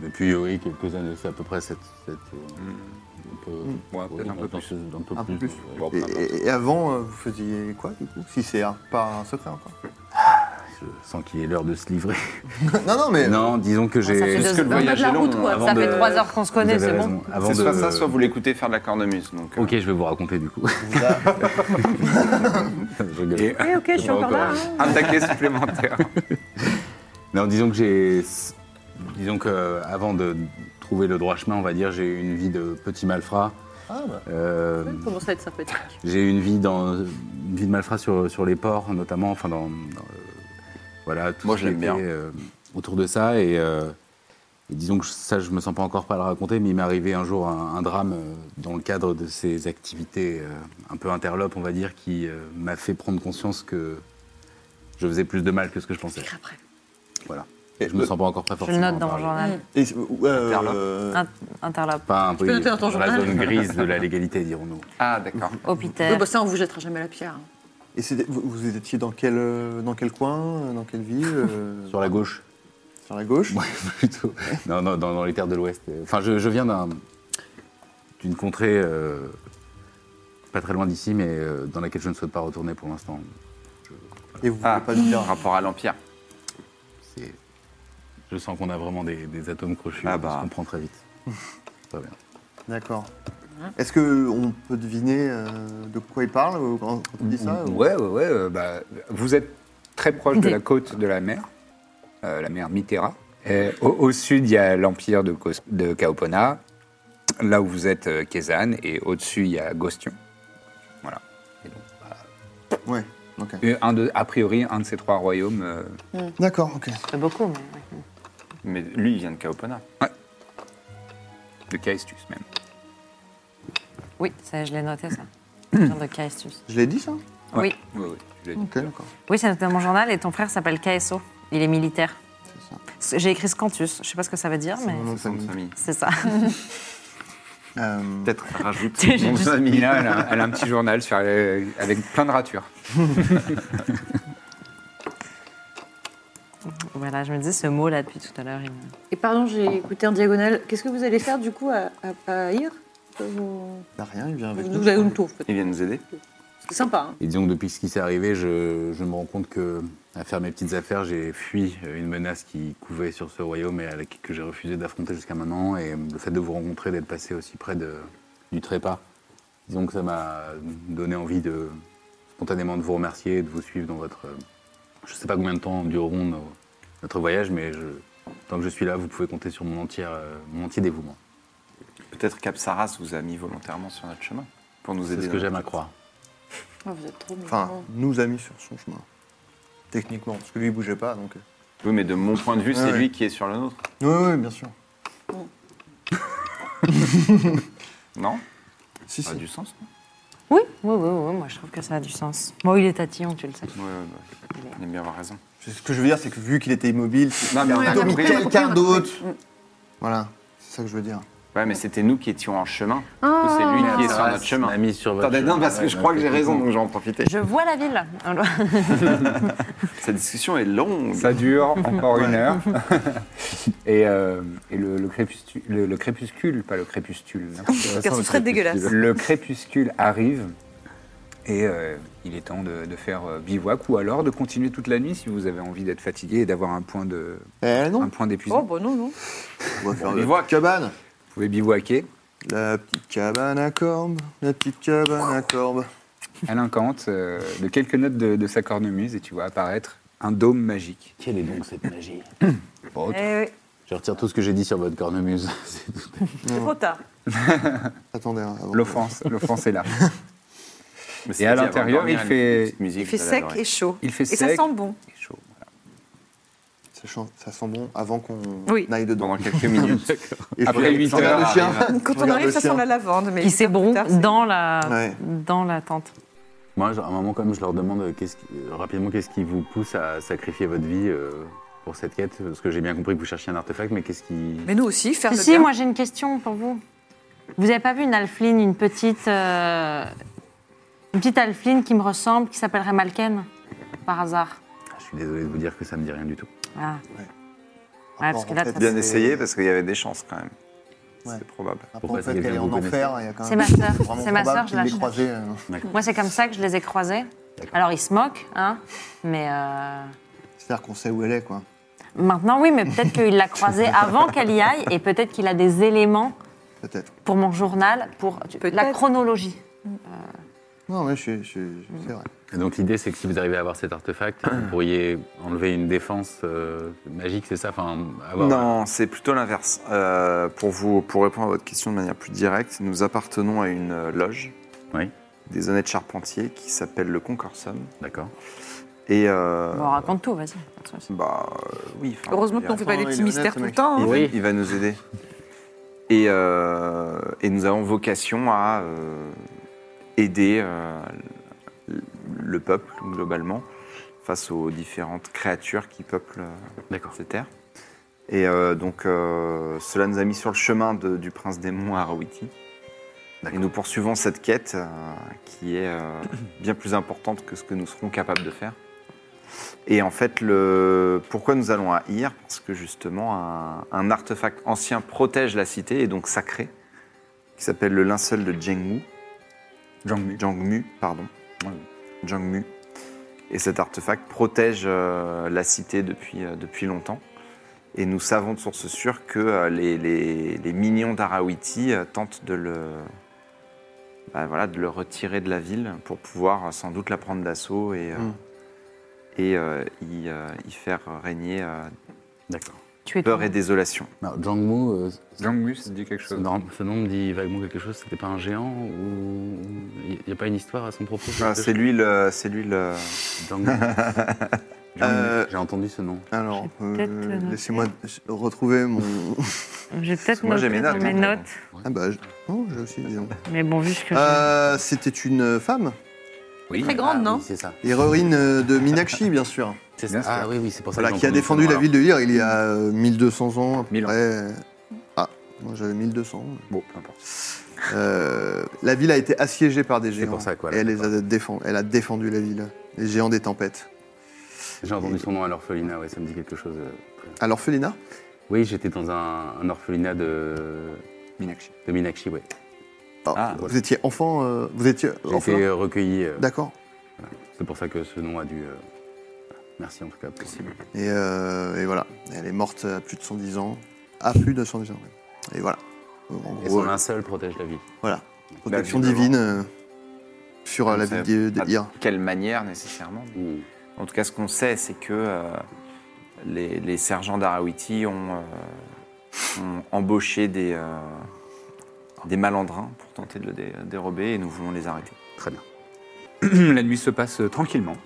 Speaker 8: Depuis, euh, oui, quelques années, c'est à peu près cette. cette, euh, un peu-
Speaker 7: Ouais, peut-être un peu
Speaker 8: maintenant,
Speaker 7: plus.
Speaker 8: c'est Un peu
Speaker 3: Un peu
Speaker 8: plus.
Speaker 3: plus.
Speaker 8: ouais.
Speaker 3: Et, et- et avant, euh, vous faisiez quoi du coup Si c'est un- pas un secret encore. (laughs)
Speaker 8: Je sens qu'il est l'heure de se livrer.
Speaker 3: non, non, mais.
Speaker 8: (laughs) Non, disons que
Speaker 2: Ah, ça fait
Speaker 8: j'ai.
Speaker 2: deux-
Speaker 9: Parce que le
Speaker 2: on a de
Speaker 9: voyage
Speaker 2: la
Speaker 9: est long,
Speaker 2: route, quoi.
Speaker 8: avant
Speaker 2: Ça
Speaker 8: de-
Speaker 2: fait trois heures qu'on se
Speaker 8: Vous
Speaker 2: connaît,
Speaker 8: avez
Speaker 2: c'est bon.
Speaker 8: raison. Avant
Speaker 9: C'est
Speaker 8: de...
Speaker 9: soit ça, soit vous l'écoutez faire de la cornemuse. Donc, euh,
Speaker 8: Ok, je vais vous raconter du coup. (laughs) Je rigole.
Speaker 7: Et-
Speaker 6: Eh, ok, je suis
Speaker 8: Pas
Speaker 6: encore là.
Speaker 8: encore.
Speaker 6: hein.
Speaker 7: Un taquet (laughs) supplémentaire.
Speaker 8: Non, disons que j'ai. Disons que euh, avant de trouver le droit chemin, on va dire, j'ai eu une vie de petit malfrat.
Speaker 3: Ah, bah.
Speaker 8: Euh,
Speaker 6: Comment ça va être sympathique
Speaker 8: j'ai eu une vie dans une vie de malfrat sur, sur les ports, notamment, enfin dans, dans, euh, voilà. Tout
Speaker 9: Moi,
Speaker 8: ce
Speaker 9: je l'aime
Speaker 8: qui était,
Speaker 9: bien.
Speaker 8: euh, autour de ça et, euh, et disons que ça, je me sens pas encore pas le raconter, mais il m'est arrivé un jour un, un drame euh, dans le cadre de ces activités euh, un peu interlopes, on va dire, qui euh, m'a fait prendre conscience que je faisais plus de mal que ce que je pensais.
Speaker 6: après.
Speaker 8: Voilà.
Speaker 3: Et
Speaker 8: Je me sens pas encore très
Speaker 2: Je
Speaker 8: fort.
Speaker 2: le note dans mon journal.
Speaker 3: Et, euh,
Speaker 9: Interlope.
Speaker 3: euh,
Speaker 2: Int- Interlope.
Speaker 8: Pas un peu
Speaker 6: le noter dans ton
Speaker 8: la
Speaker 6: journal.
Speaker 8: zone grise de la légalité, dirons-nous.
Speaker 9: Ah, d'accord.
Speaker 6: Oui,
Speaker 2: Hôpital.
Speaker 6: bah, ça, on vous jettera jamais la pierre. hein.
Speaker 3: et c'était- vous, vous étiez dans quel, euh, dans quel coin euh, Dans quelle ville euh,
Speaker 8: Sur la gauche
Speaker 3: Sur la gauche
Speaker 8: Ouais, plutôt. Non, non, dans, dans les terres de l'Ouest. Enfin, je, je viens d'un- d'une contrée euh, pas très loin d'ici, mais euh, dans laquelle je ne souhaite pas retourner pour l'instant.
Speaker 3: Et vous
Speaker 9: Ah,
Speaker 3: voulez pas dire.
Speaker 9: par rapport à l'Empire.
Speaker 8: C'est- Je sens qu'on a vraiment des, des atomes crochus.
Speaker 9: Ah bah.
Speaker 8: On se comprend très vite. Très bien.
Speaker 3: D'accord.
Speaker 11: Hein
Speaker 3: Est-ce qu'on peut deviner euh, de quoi il parle euh, quand quand on dit ça ou-
Speaker 7: Ouais, ouais, ouais. euh, bah, vous êtes très proche de
Speaker 3: Des-
Speaker 7: la côte de la mer, euh, la mer Mitterra. Et au, au sud, il y a l'empire de, Cos- de Kaopona. Là où vous êtes, euh, Kezan. Et au-dessus, il y a Gostion. Voilà. Et donc, bah,
Speaker 3: ouais, ok.
Speaker 7: et un de, a priori, un de ces trois royaumes. euh,
Speaker 3: D'accord, ok.
Speaker 2: C'est beaucoup, mais.
Speaker 5: Mais lui, il vient de Kaopona.
Speaker 7: de Caestus même.
Speaker 2: Oui, ça, je l'ai noté, ça. Genre de Caestus.
Speaker 3: Je l'ai dit ça
Speaker 2: Oui.
Speaker 7: Oui, oui. tu l'as dit.
Speaker 3: Ok, d'accord.
Speaker 2: Oui, c'est noté dans mon journal et ton frère s'appelle KSO. Il est militaire. C'est- J'ai écrit Scantus. Je sais pas ce que ça veut dire, mais.
Speaker 3: nom de famille. Euh,
Speaker 2: C'est ça. (laughs)
Speaker 12: Peut-être rajoute
Speaker 2: J'ai
Speaker 12: mon
Speaker 2: juste-
Speaker 12: ami.
Speaker 7: Mina, Ah, elle a, elle a un petit journal sur- euh, avec plein de ratures.
Speaker 2: voilà, je me dis ce mot là depuis tout à l'heure. il me-
Speaker 11: Et pardon, j'ai écouté en diagonale. Qu'est-ce que vous allez faire du coup à, à, à Ir Vous-
Speaker 3: Bah, rien, il vient avec
Speaker 11: Vous avez une tour.
Speaker 5: Il vient nous aider.
Speaker 11: C'est sympa. Hein
Speaker 8: Et disons que depuis ce qui s'est arrivé, je, je me rends compte que, à faire mes petites affaires, j'ai fui euh, une menace qui couvait sur ce royaume et à laquelle- que j'ai refusé d'affronter jusqu'à maintenant. Et le fait de vous rencontrer, d'être passé aussi près de, du trépas, disons que ça m'a donné envie de spontanément de vous remercier et de vous suivre dans votre. euh, Je ne sais pas combien de temps dureront nos- notre voyage, mais je, tant que je suis là, vous pouvez compter sur mon, entière, euh, mon entier dévouement.
Speaker 5: Peut-être qu'Apsaras vous a mis volontairement sur notre chemin pour nous
Speaker 8: C'est
Speaker 5: aider.
Speaker 8: ce que j'aime à croire.
Speaker 11: Oh, vous êtes trop
Speaker 3: Enfin,
Speaker 11: mignons.
Speaker 3: nous a mis sur son chemin. Techniquement, parce que lui, il bougeait pas, donc...
Speaker 5: Oui, mais de mon point de vue,
Speaker 3: Ouais,
Speaker 5: c'est
Speaker 3: ouais.
Speaker 5: lui qui est sur le nôtre.
Speaker 3: Oui, oui, bien sûr.
Speaker 5: Non
Speaker 3: Si,
Speaker 5: Ça a du sens, non
Speaker 2: Oui, oui, oui, oui, moi je trouve que ça a du sens. Moi, il est tatillon, tu le sais.
Speaker 5: Oui, oui, oui. Il aime bien avoir raison.
Speaker 3: C'est Ce que je veux dire, c'est que vu qu'il était immobile,
Speaker 5: Non, mais on a
Speaker 3: comme
Speaker 5: compris, on a
Speaker 3: quelqu'un
Speaker 5: compris, on a
Speaker 3: d'autre.
Speaker 5: compris.
Speaker 3: Voilà, c'est ça que je veux dire.
Speaker 5: Ouais, mais c'était nous qui étions en chemin.
Speaker 2: Ah.
Speaker 5: Ou c'est lui qui est
Speaker 8: Apsaras
Speaker 5: sur notre chemin.
Speaker 8: m'a mis sur votre
Speaker 5: Attendez, non,
Speaker 8: chemin.
Speaker 5: parce que
Speaker 8: Ouais,
Speaker 5: je
Speaker 8: non,
Speaker 5: crois que j'ai
Speaker 8: techniquement.
Speaker 5: raison, donc je vais en profiter.
Speaker 2: Je vois la ville. Alors-
Speaker 5: Cette discussion est longue.
Speaker 7: Ça dure encore une heure. et euh, et le, le crépuscule, le, le crépuscule, pas le crépuscule. n'importe quoi.
Speaker 6: Car ce serait dégueulasse.
Speaker 7: Le crépuscule arrive et euh, il est temps de, de faire euh, bivouac ou alors de continuer toute la nuit si vous avez envie d'être fatigué et d'avoir un point de un point d'épuisement.
Speaker 6: Oh, bah non, non.
Speaker 3: On va faire
Speaker 7: on
Speaker 3: Eh, la
Speaker 7: y
Speaker 3: petite cabane.
Speaker 7: Vous pouvez bivouaquer.
Speaker 3: La petite cabane à corbe, la petite cabane à corbe.
Speaker 7: Elle incante euh, de quelques notes de, de sa cornemuse et tu vois apparaître un dôme magique.
Speaker 8: Quelle est donc cette (coughs) magie
Speaker 7: Bon,
Speaker 6: Eh oui,
Speaker 8: Je retire tout ce que j'ai dit sur votre cornemuse. (laughs) C'est tout.
Speaker 6: c'est trop tard.
Speaker 3: Attendez, hein, avant-
Speaker 7: L'offense, l'offense est là.
Speaker 5: Mais c'est
Speaker 7: Et à
Speaker 5: dit avant de
Speaker 7: l'intérieur,
Speaker 5: dormir,
Speaker 7: il fait,
Speaker 5: petite musique,
Speaker 6: Il fait
Speaker 5: vous allez
Speaker 6: sec
Speaker 5: adorer.
Speaker 6: et chaud.
Speaker 7: il fait
Speaker 6: Et
Speaker 7: sec.
Speaker 6: ça sent bon.
Speaker 7: et chaud.
Speaker 3: ça, chan- ça sent bon avant qu'on
Speaker 6: Oui.
Speaker 3: aille dedans.
Speaker 5: Pendant
Speaker 3: (laughs)
Speaker 5: quelques minutes.
Speaker 3: Et je
Speaker 7: Après
Speaker 3: regarde-
Speaker 7: huit
Speaker 3: je regarde
Speaker 7: heures,
Speaker 3: le chien.
Speaker 6: Quand
Speaker 3: Je
Speaker 6: on
Speaker 3: regarde
Speaker 6: arrive,
Speaker 3: le
Speaker 6: ça
Speaker 3: chien.
Speaker 6: sent la lavande. Mais
Speaker 2: Qui s'ébrouille
Speaker 6: tard, c'est-
Speaker 2: dans la,
Speaker 3: Ouais.
Speaker 2: dans la tente.
Speaker 8: Moi, je- à un moment, quand même, je leur demande euh, qu'est-ce qui- euh, rapidement qu'est-ce qui vous pousse à sacrifier votre vie euh, pour cette quête Parce que j'ai bien compris que vous cherchiez un artefact, mais qu'est-ce qui.
Speaker 6: Mais nous aussi, faire
Speaker 2: Si,
Speaker 6: le
Speaker 2: si,
Speaker 6: bien.
Speaker 2: moi j'ai une question pour vous. Vous avez pas vu une alpheline, une petite. euh, une petite alpheline qui me ressemble, qui s'appellerait Malken Par hasard.
Speaker 8: Ah, Je suis désolé de vous dire que ça me dit rien du tout.
Speaker 2: Voilà.
Speaker 3: Ouais.
Speaker 2: Ouais, parce que là,
Speaker 3: En fait,
Speaker 2: ça-
Speaker 5: (laughs) Bien
Speaker 3: C'est-
Speaker 5: essayé, parce qu'il y avait des chances quand même.
Speaker 3: Ouais.
Speaker 5: C'est probable.
Speaker 3: Après,
Speaker 8: Pourquoi
Speaker 3: le
Speaker 8: c'est
Speaker 3: fait qu'elle est
Speaker 8: quelqu'un
Speaker 3: en
Speaker 8: que vous
Speaker 3: enfer, il y a quand
Speaker 2: C'est
Speaker 3: même...
Speaker 2: ma sœur.
Speaker 3: vraiment
Speaker 2: C'est ma
Speaker 3: probable
Speaker 2: sœur, je
Speaker 3: qu'il
Speaker 2: la
Speaker 3: l'ait croisé, euh,
Speaker 2: Moi, c'est comme ça que je les ai croisés. Alors, ils se moquent, hein, mais. euh,
Speaker 3: C'est-à-dire qu'on sait où elle est, quoi.
Speaker 2: Maintenant, oui, mais peut-être qu'il l'a croisée avant qu'elle y aille et peut-être qu'il a des éléments
Speaker 3: Peut-être.
Speaker 2: pour mon journal, pour la
Speaker 6: Peut-être.
Speaker 2: chronologie.
Speaker 3: Non, mais je suis... je suis- je- C'est vrai.
Speaker 8: Et donc, l'idée, c'est que si vous arrivez à avoir cet artefact, vous pourriez enlever une défense euh, magique, c'est ça Enfin, avoir.
Speaker 5: Non, c'est plutôt l'inverse. Euh, pour, vous, pour répondre à votre question de manière plus directe, nous appartenons à une euh, loge
Speaker 8: Oui.
Speaker 5: des honnêtes charpentiers qui s'appelle le Concorsum.
Speaker 8: D'accord.
Speaker 5: Et euh,
Speaker 2: Bon, raconte tout, vas-y.
Speaker 5: bah euh, oui. enfin,
Speaker 6: Heureusement
Speaker 5: il
Speaker 6: qu'on ne fait pas
Speaker 3: il
Speaker 6: des
Speaker 3: est
Speaker 6: petits
Speaker 3: honnête,
Speaker 6: mystères
Speaker 3: ce
Speaker 6: tout le
Speaker 3: mec.
Speaker 6: temps.
Speaker 5: Il,
Speaker 6: hein.
Speaker 5: va- il va nous aider. Et, euh, et nous avons vocation à euh, aider euh, l- le peuple, globalement, face aux différentes créatures qui peuplent euh, ces terres. Et euh, donc, euh, cela nous a mis sur le chemin de- du prince démon Harawiti. Et nous poursuivons cette quête euh, qui est euh, bien plus importante que ce que nous serons capables de faire. Et en fait, le... pourquoi nous allons à Ir Parce que justement, un, un artefact ancien protège la cité et donc sacré, qui s'appelle le linceul de Jengmu.
Speaker 7: Jangmu.
Speaker 5: Jangmu, pardon.
Speaker 7: Ouais.
Speaker 5: Jangmu. Et cet artefact protège euh, la cité depuis, euh, depuis longtemps. Et nous savons de source sûre que euh, les, les, les minions d'Arawiti euh, tentent de le,
Speaker 9: bah, voilà, de le retirer de la ville pour pouvoir euh, sans doute la prendre d'assaut et, euh,
Speaker 3: Mm.
Speaker 9: et euh, y, euh, y faire régner euh,
Speaker 2: Tu es
Speaker 9: peur
Speaker 2: tout.
Speaker 9: et désolation.
Speaker 8: Alors, Mu, euh,
Speaker 7: Zhangmu, ça te dit quelque chose
Speaker 8: ce nom, ce nom me dit vaguement quelque chose. C'était pas un géant ou il n'y a pas une histoire à son propos
Speaker 9: Ah, c'est lui le. C'est lui le...
Speaker 8: (laughs) Euh, J'ai entendu ce nom.
Speaker 3: Alors,
Speaker 2: peut-être le
Speaker 3: euh,
Speaker 2: noter.
Speaker 3: laissez-moi retrouver mon. (laughs)
Speaker 2: J'ai peut-être
Speaker 3: Moi, j'ai
Speaker 2: noté
Speaker 3: mes
Speaker 2: dans
Speaker 3: notes,
Speaker 2: mes
Speaker 3: hein.
Speaker 2: notes.
Speaker 3: Ah bah, je- oh, j'ai aussi, disons.
Speaker 2: Mais bon, vu ce (laughs) que
Speaker 3: Euh, C'était une femme
Speaker 8: Oui.
Speaker 6: Très grande, non
Speaker 8: C'est ça.
Speaker 3: Hérorine euh, de Minakshi, bien sûr.
Speaker 8: C'est ça. Ah oui, oui, c'est pour ça
Speaker 3: Voilà,
Speaker 8: que j'ai
Speaker 3: qui a
Speaker 8: entendu
Speaker 3: défendu
Speaker 8: ce nom,
Speaker 3: la
Speaker 8: alors.
Speaker 3: ville de Hir il y a euh, 1200 ans, à peu
Speaker 7: 1000 ans.
Speaker 3: près. Ah, moi j'avais 1200.
Speaker 7: Bon, peu
Speaker 5: (clears throat)
Speaker 7: importe.
Speaker 3: Euh, la ville a été assiégée par des géants.
Speaker 8: pour ça, quoi,
Speaker 3: et
Speaker 8: là,
Speaker 3: elle, les a défend- elle a défendu la ville, les géants des tempêtes.
Speaker 8: J'ai entendu son nom à l'orphelinat, ouais, ça me dit quelque chose. euh,
Speaker 3: À l'orphelinat
Speaker 8: Oui, j'étais dans un, un orphelinat de.
Speaker 9: Minakshi.
Speaker 8: De Minakshi, oui.
Speaker 3: Ah, Vous étiez enfant euh, Vous étiez
Speaker 8: J'ai
Speaker 3: enfant
Speaker 8: été euh, recueilli. euh,
Speaker 3: D'accord.
Speaker 8: voilà. C'est pour ça que ce nom a dû. euh, Merci en tout cas. pour-
Speaker 3: Et, euh, et voilà, elle est morte à plus de 110 ans. À plus de 110 ans, oui. Et voilà. En
Speaker 8: Et
Speaker 3: gros, euh,
Speaker 8: son linceul protège la vie.
Speaker 3: voilà. Protection
Speaker 9: Bah,
Speaker 3: divine euh, sur euh, la
Speaker 9: Ça-
Speaker 3: ville d'Hir.
Speaker 9: pas de Quelle manière nécessairement mais- En tout cas, ce qu'on sait, c'est que euh, les, les sergents d'Arawiti ont, euh, ont embauché des, euh, des malandrins pour tenter de le dé- dérober et nous voulons les arrêter.
Speaker 8: Très bien.
Speaker 7: la nuit se passe euh, tranquillement.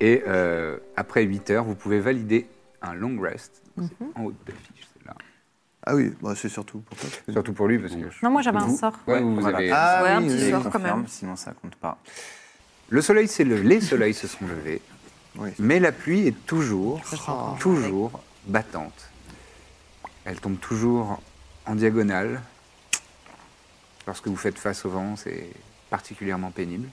Speaker 7: Et euh, après 8 heures, vous pouvez valider un long rest. Donc, c'est En haut de l'affiche, celle-là.
Speaker 3: Ah oui, bah, c'est surtout pour toi. parce que-
Speaker 7: Surtout pour lui, parce que.
Speaker 2: Non, moi, j'avais un
Speaker 7: Vous-
Speaker 2: sort.
Speaker 7: Ouais, vous, vous
Speaker 9: Voilà.
Speaker 7: avez.
Speaker 3: Ah
Speaker 6: Ouais, un
Speaker 3: oui,
Speaker 6: petit
Speaker 3: oui,
Speaker 6: sort
Speaker 3: oui.
Speaker 6: quand même.
Speaker 9: Confirme, Sinon, ça compte pas.
Speaker 7: Le soleil s'est levé, les soleils se sont levés,
Speaker 3: Oui.
Speaker 7: mais la pluie est toujours,
Speaker 3: Oh.
Speaker 7: toujours battante. Elle tombe toujours en diagonale. Lorsque vous faites face au vent, c'est particulièrement pénible.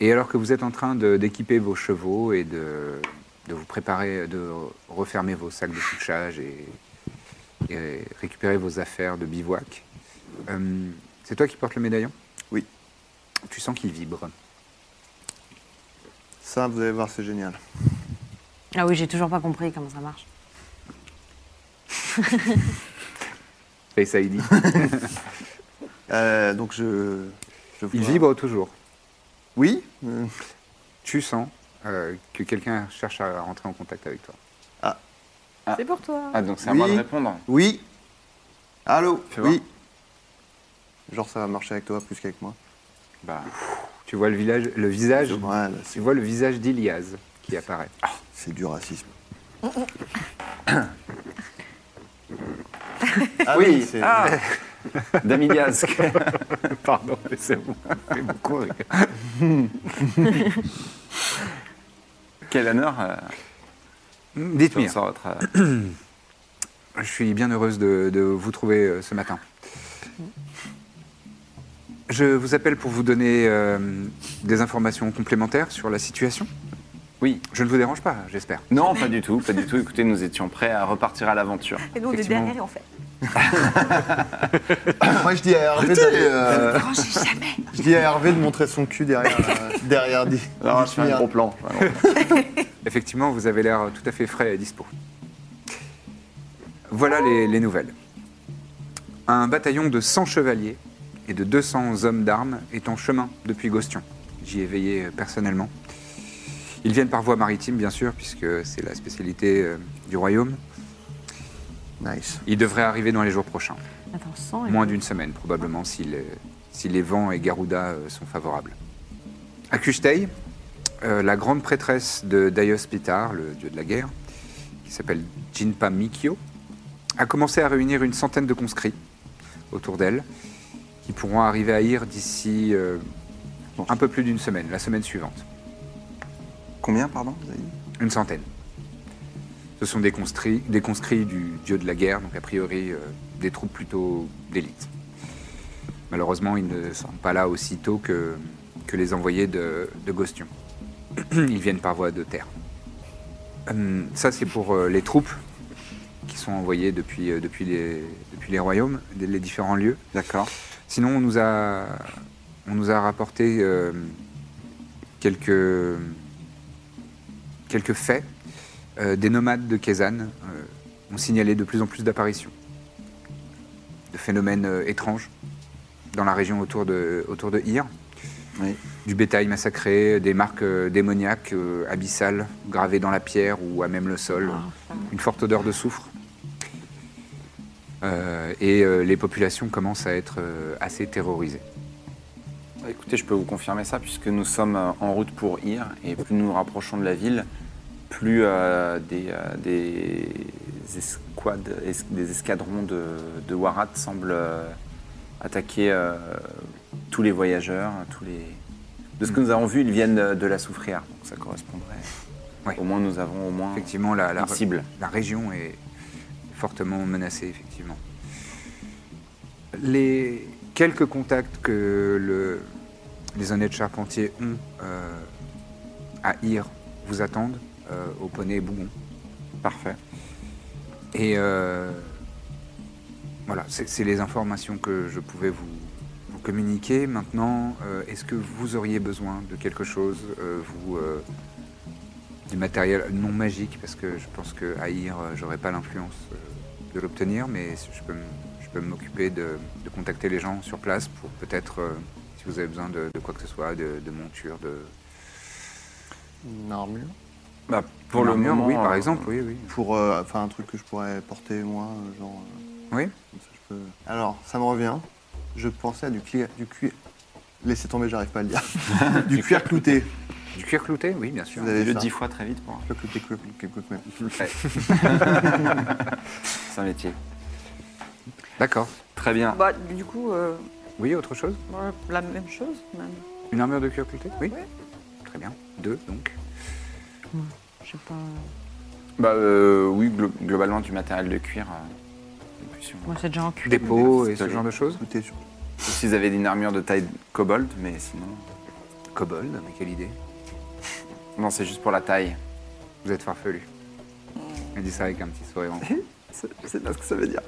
Speaker 7: Et alors que vous êtes en train de- d'équiper vos chevaux et de, de vous préparer, de refermer vos sacs de couchage et, et récupérer vos affaires de bivouac, euh, c'est toi qui portes le médaillon
Speaker 3: Oui.
Speaker 7: tu sens qu'il vibre.
Speaker 3: Ça, vous allez voir, c'est génial.
Speaker 2: Ah oui, j'ai toujours pas compris comment ça marche.
Speaker 7: Et ça, il dit.
Speaker 9: (laughs)
Speaker 3: Euh, donc je. je
Speaker 7: Il
Speaker 3: vois-
Speaker 7: vibre toujours.
Speaker 3: Oui euh,
Speaker 7: Tu sens euh, que quelqu'un cherche à rentrer en contact avec toi.
Speaker 6: C'est pour toi.
Speaker 9: Ah, donc c'est à
Speaker 3: Oui.
Speaker 9: moi de répondre.
Speaker 3: Oui Allô
Speaker 9: Fais
Speaker 3: Oui Genre, ça va marcher avec toi plus qu'avec moi.
Speaker 9: Bah,
Speaker 7: Tu vois le, village, le visage,
Speaker 3: Ouais, là, c'est-
Speaker 7: tu vois le visage d'Ilias qui apparaît.
Speaker 3: c'est du racisme.
Speaker 9: Ah oui, ah,
Speaker 8: (laughs)
Speaker 9: Damigaz.
Speaker 7: Pardon, mais c'est bon. C'est beaucoup rire.
Speaker 9: Quel honneur. euh,
Speaker 7: Dites-moi,
Speaker 9: sur votre, euh,
Speaker 7: je suis bien heureuse de, de vous trouver euh, ce matin. Je vous appelle pour vous donner euh, des informations complémentaires sur la situation.
Speaker 9: Oui.
Speaker 7: Je ne vous dérange pas, j'espère.
Speaker 9: Non, pas du tout, pas du tout. Écoutez, nous étions prêts à repartir à l'aventure.
Speaker 6: Et nous, on est
Speaker 7: Effectivement.
Speaker 6: derrière, en fait.
Speaker 3: (coughs) Moi, je dis à Hervé d'aller, (laughs) euh,
Speaker 6: Rangez jamais.
Speaker 3: je dis à Hervé de montrer son cul derrière. (laughs) euh, derrière dit.
Speaker 9: Alors, je fais un gros plan.
Speaker 7: Effectivement, vous avez l'air tout à fait frais et dispo. Voilà les, les nouvelles. Un bataillon de 100 chevaliers et de 200 hommes d'armes est en chemin depuis Gostion. J'y ai veillé euh, personnellement. Ils viennent par voie maritime, bien sûr, puisque c'est la spécialité euh, du royaume.
Speaker 3: Nice.
Speaker 7: Ils devraient arriver dans les jours prochains.
Speaker 2: Attends, sang et-
Speaker 7: Moins d'une semaine, probablement, si, le- si les vents et Garuda euh, sont favorables. À Kustei, euh, la grande prêtresse de Daios Pitar, le dieu de la guerre, qui s'appelle Jinpa Mikio, a commencé à réunir une centaine de conscrits autour d'elle, qui pourront arriver à Ir d'ici euh, un peu plus d'une semaine, la semaine suivante.
Speaker 9: Combien, pardon vous avez dit
Speaker 7: Une centaine. Ce sont des conscrits, des conscrits du dieu de la guerre, donc a priori euh, des troupes plutôt d'élite. Malheureusement, ils ne sont pas là aussitôt que, que les envoyés de, de Gostion. (clears throat) Ils viennent par voie de terre. Hum, ça, c'est pour euh, les troupes qui sont envoyées depuis, euh, depuis, les, depuis les royaumes, les différents lieux.
Speaker 9: D'accord.
Speaker 7: Sinon, on nous a, on nous a rapporté euh, quelques, quelques faits. Euh, des nomades de Kezan euh, ont signalé de plus en plus d'apparitions, de phénomènes euh, étranges. dans la région autour de, autour de Ir.
Speaker 3: Oui.
Speaker 7: Du bétail massacré, des marques euh, démoniaques euh, abyssales gravées dans la pierre ou à même le sol. Une forte odeur de soufre. Euh, et euh, les populations commencent à être euh, assez terrorisées.
Speaker 5: Ah. Bah, Écoutez, je peux vous confirmer ça puisque nous sommes euh, en route pour Ir et plus nous nous rapprochons de la ville, plus euh, des, euh, des escouades, es- des escadrons de, de Warat semblent euh, attaquer euh, tous les voyageurs, tous les. De ce que nous avons vu, ils viennent de, de la Soufrière, donc ça correspondrait. Au moins, nous avons au moins
Speaker 7: Effectivement, la, la,
Speaker 5: une cible.
Speaker 7: la région est fortement menacée, effectivement. Les quelques contacts que le- les honnêtes charpentiers ont euh, à Ir vous attendent euh, au poney Bougon.
Speaker 5: Parfait.
Speaker 7: Et euh, voilà, c'est c'est les informations que je pouvais vous, vous communiquer. Maintenant, euh, est-ce que vous auriez besoin de quelque chose, euh, vous, euh, du matériel non magique Parce que je pense que à IR, euh, j'aurais pas l'influence euh, de l'obtenir, mais je peux, m- je peux m'occuper de, de contacter les gens sur place pour peut-être, euh, si vous avez besoin de, de quoi que ce soit, de, de monture, de.
Speaker 3: Une armure
Speaker 5: Bah, pour le moment,
Speaker 7: oui, par
Speaker 5: euh,
Speaker 7: exemple, oui, oui.
Speaker 3: Pour, euh, enfin, un truc que je pourrais porter moi, euh, genre. euh,
Speaker 7: Oui.
Speaker 3: comme ça, je peux- Alors, ça me revient. Je pensais à du cuir. Du cuir... Laissez tomber, j'arrive pas à le (laughs) dire. du cuir clouté.
Speaker 7: Du cuir clouté, oui, bien sûr.
Speaker 3: Vous avez
Speaker 5: Dis-le
Speaker 3: ça.
Speaker 5: dix fois très vite pour.
Speaker 3: Cuir clouté, cuir clouté, cuir clouté.
Speaker 5: C'est un métier.
Speaker 7: D'accord.
Speaker 5: Très bien.
Speaker 6: Bah, du coup, euh,
Speaker 7: Oui, autre chose
Speaker 6: ouais, la même chose, même.
Speaker 7: Une armure de cuir clouté Oui. Très bien. Deux, donc.
Speaker 2: Je sais pas.
Speaker 5: Bah euh, oui, glo- globalement du matériel de cuir. euh, et puis sur-
Speaker 2: Moi, c'est déjà en cul.
Speaker 7: Des pots et ce
Speaker 5: pistolets.
Speaker 7: genre de choses
Speaker 5: Ou S'ils avaient une armure de taille kobold, mais sinon.
Speaker 7: Kobold, mais quelle idée
Speaker 5: Non, c'est juste pour la taille.
Speaker 7: Vous êtes farfelu. Elle dit ça avec un petit (laughs) sourire. en-
Speaker 5: Je sais pas ce que ça veut (laughs) dire.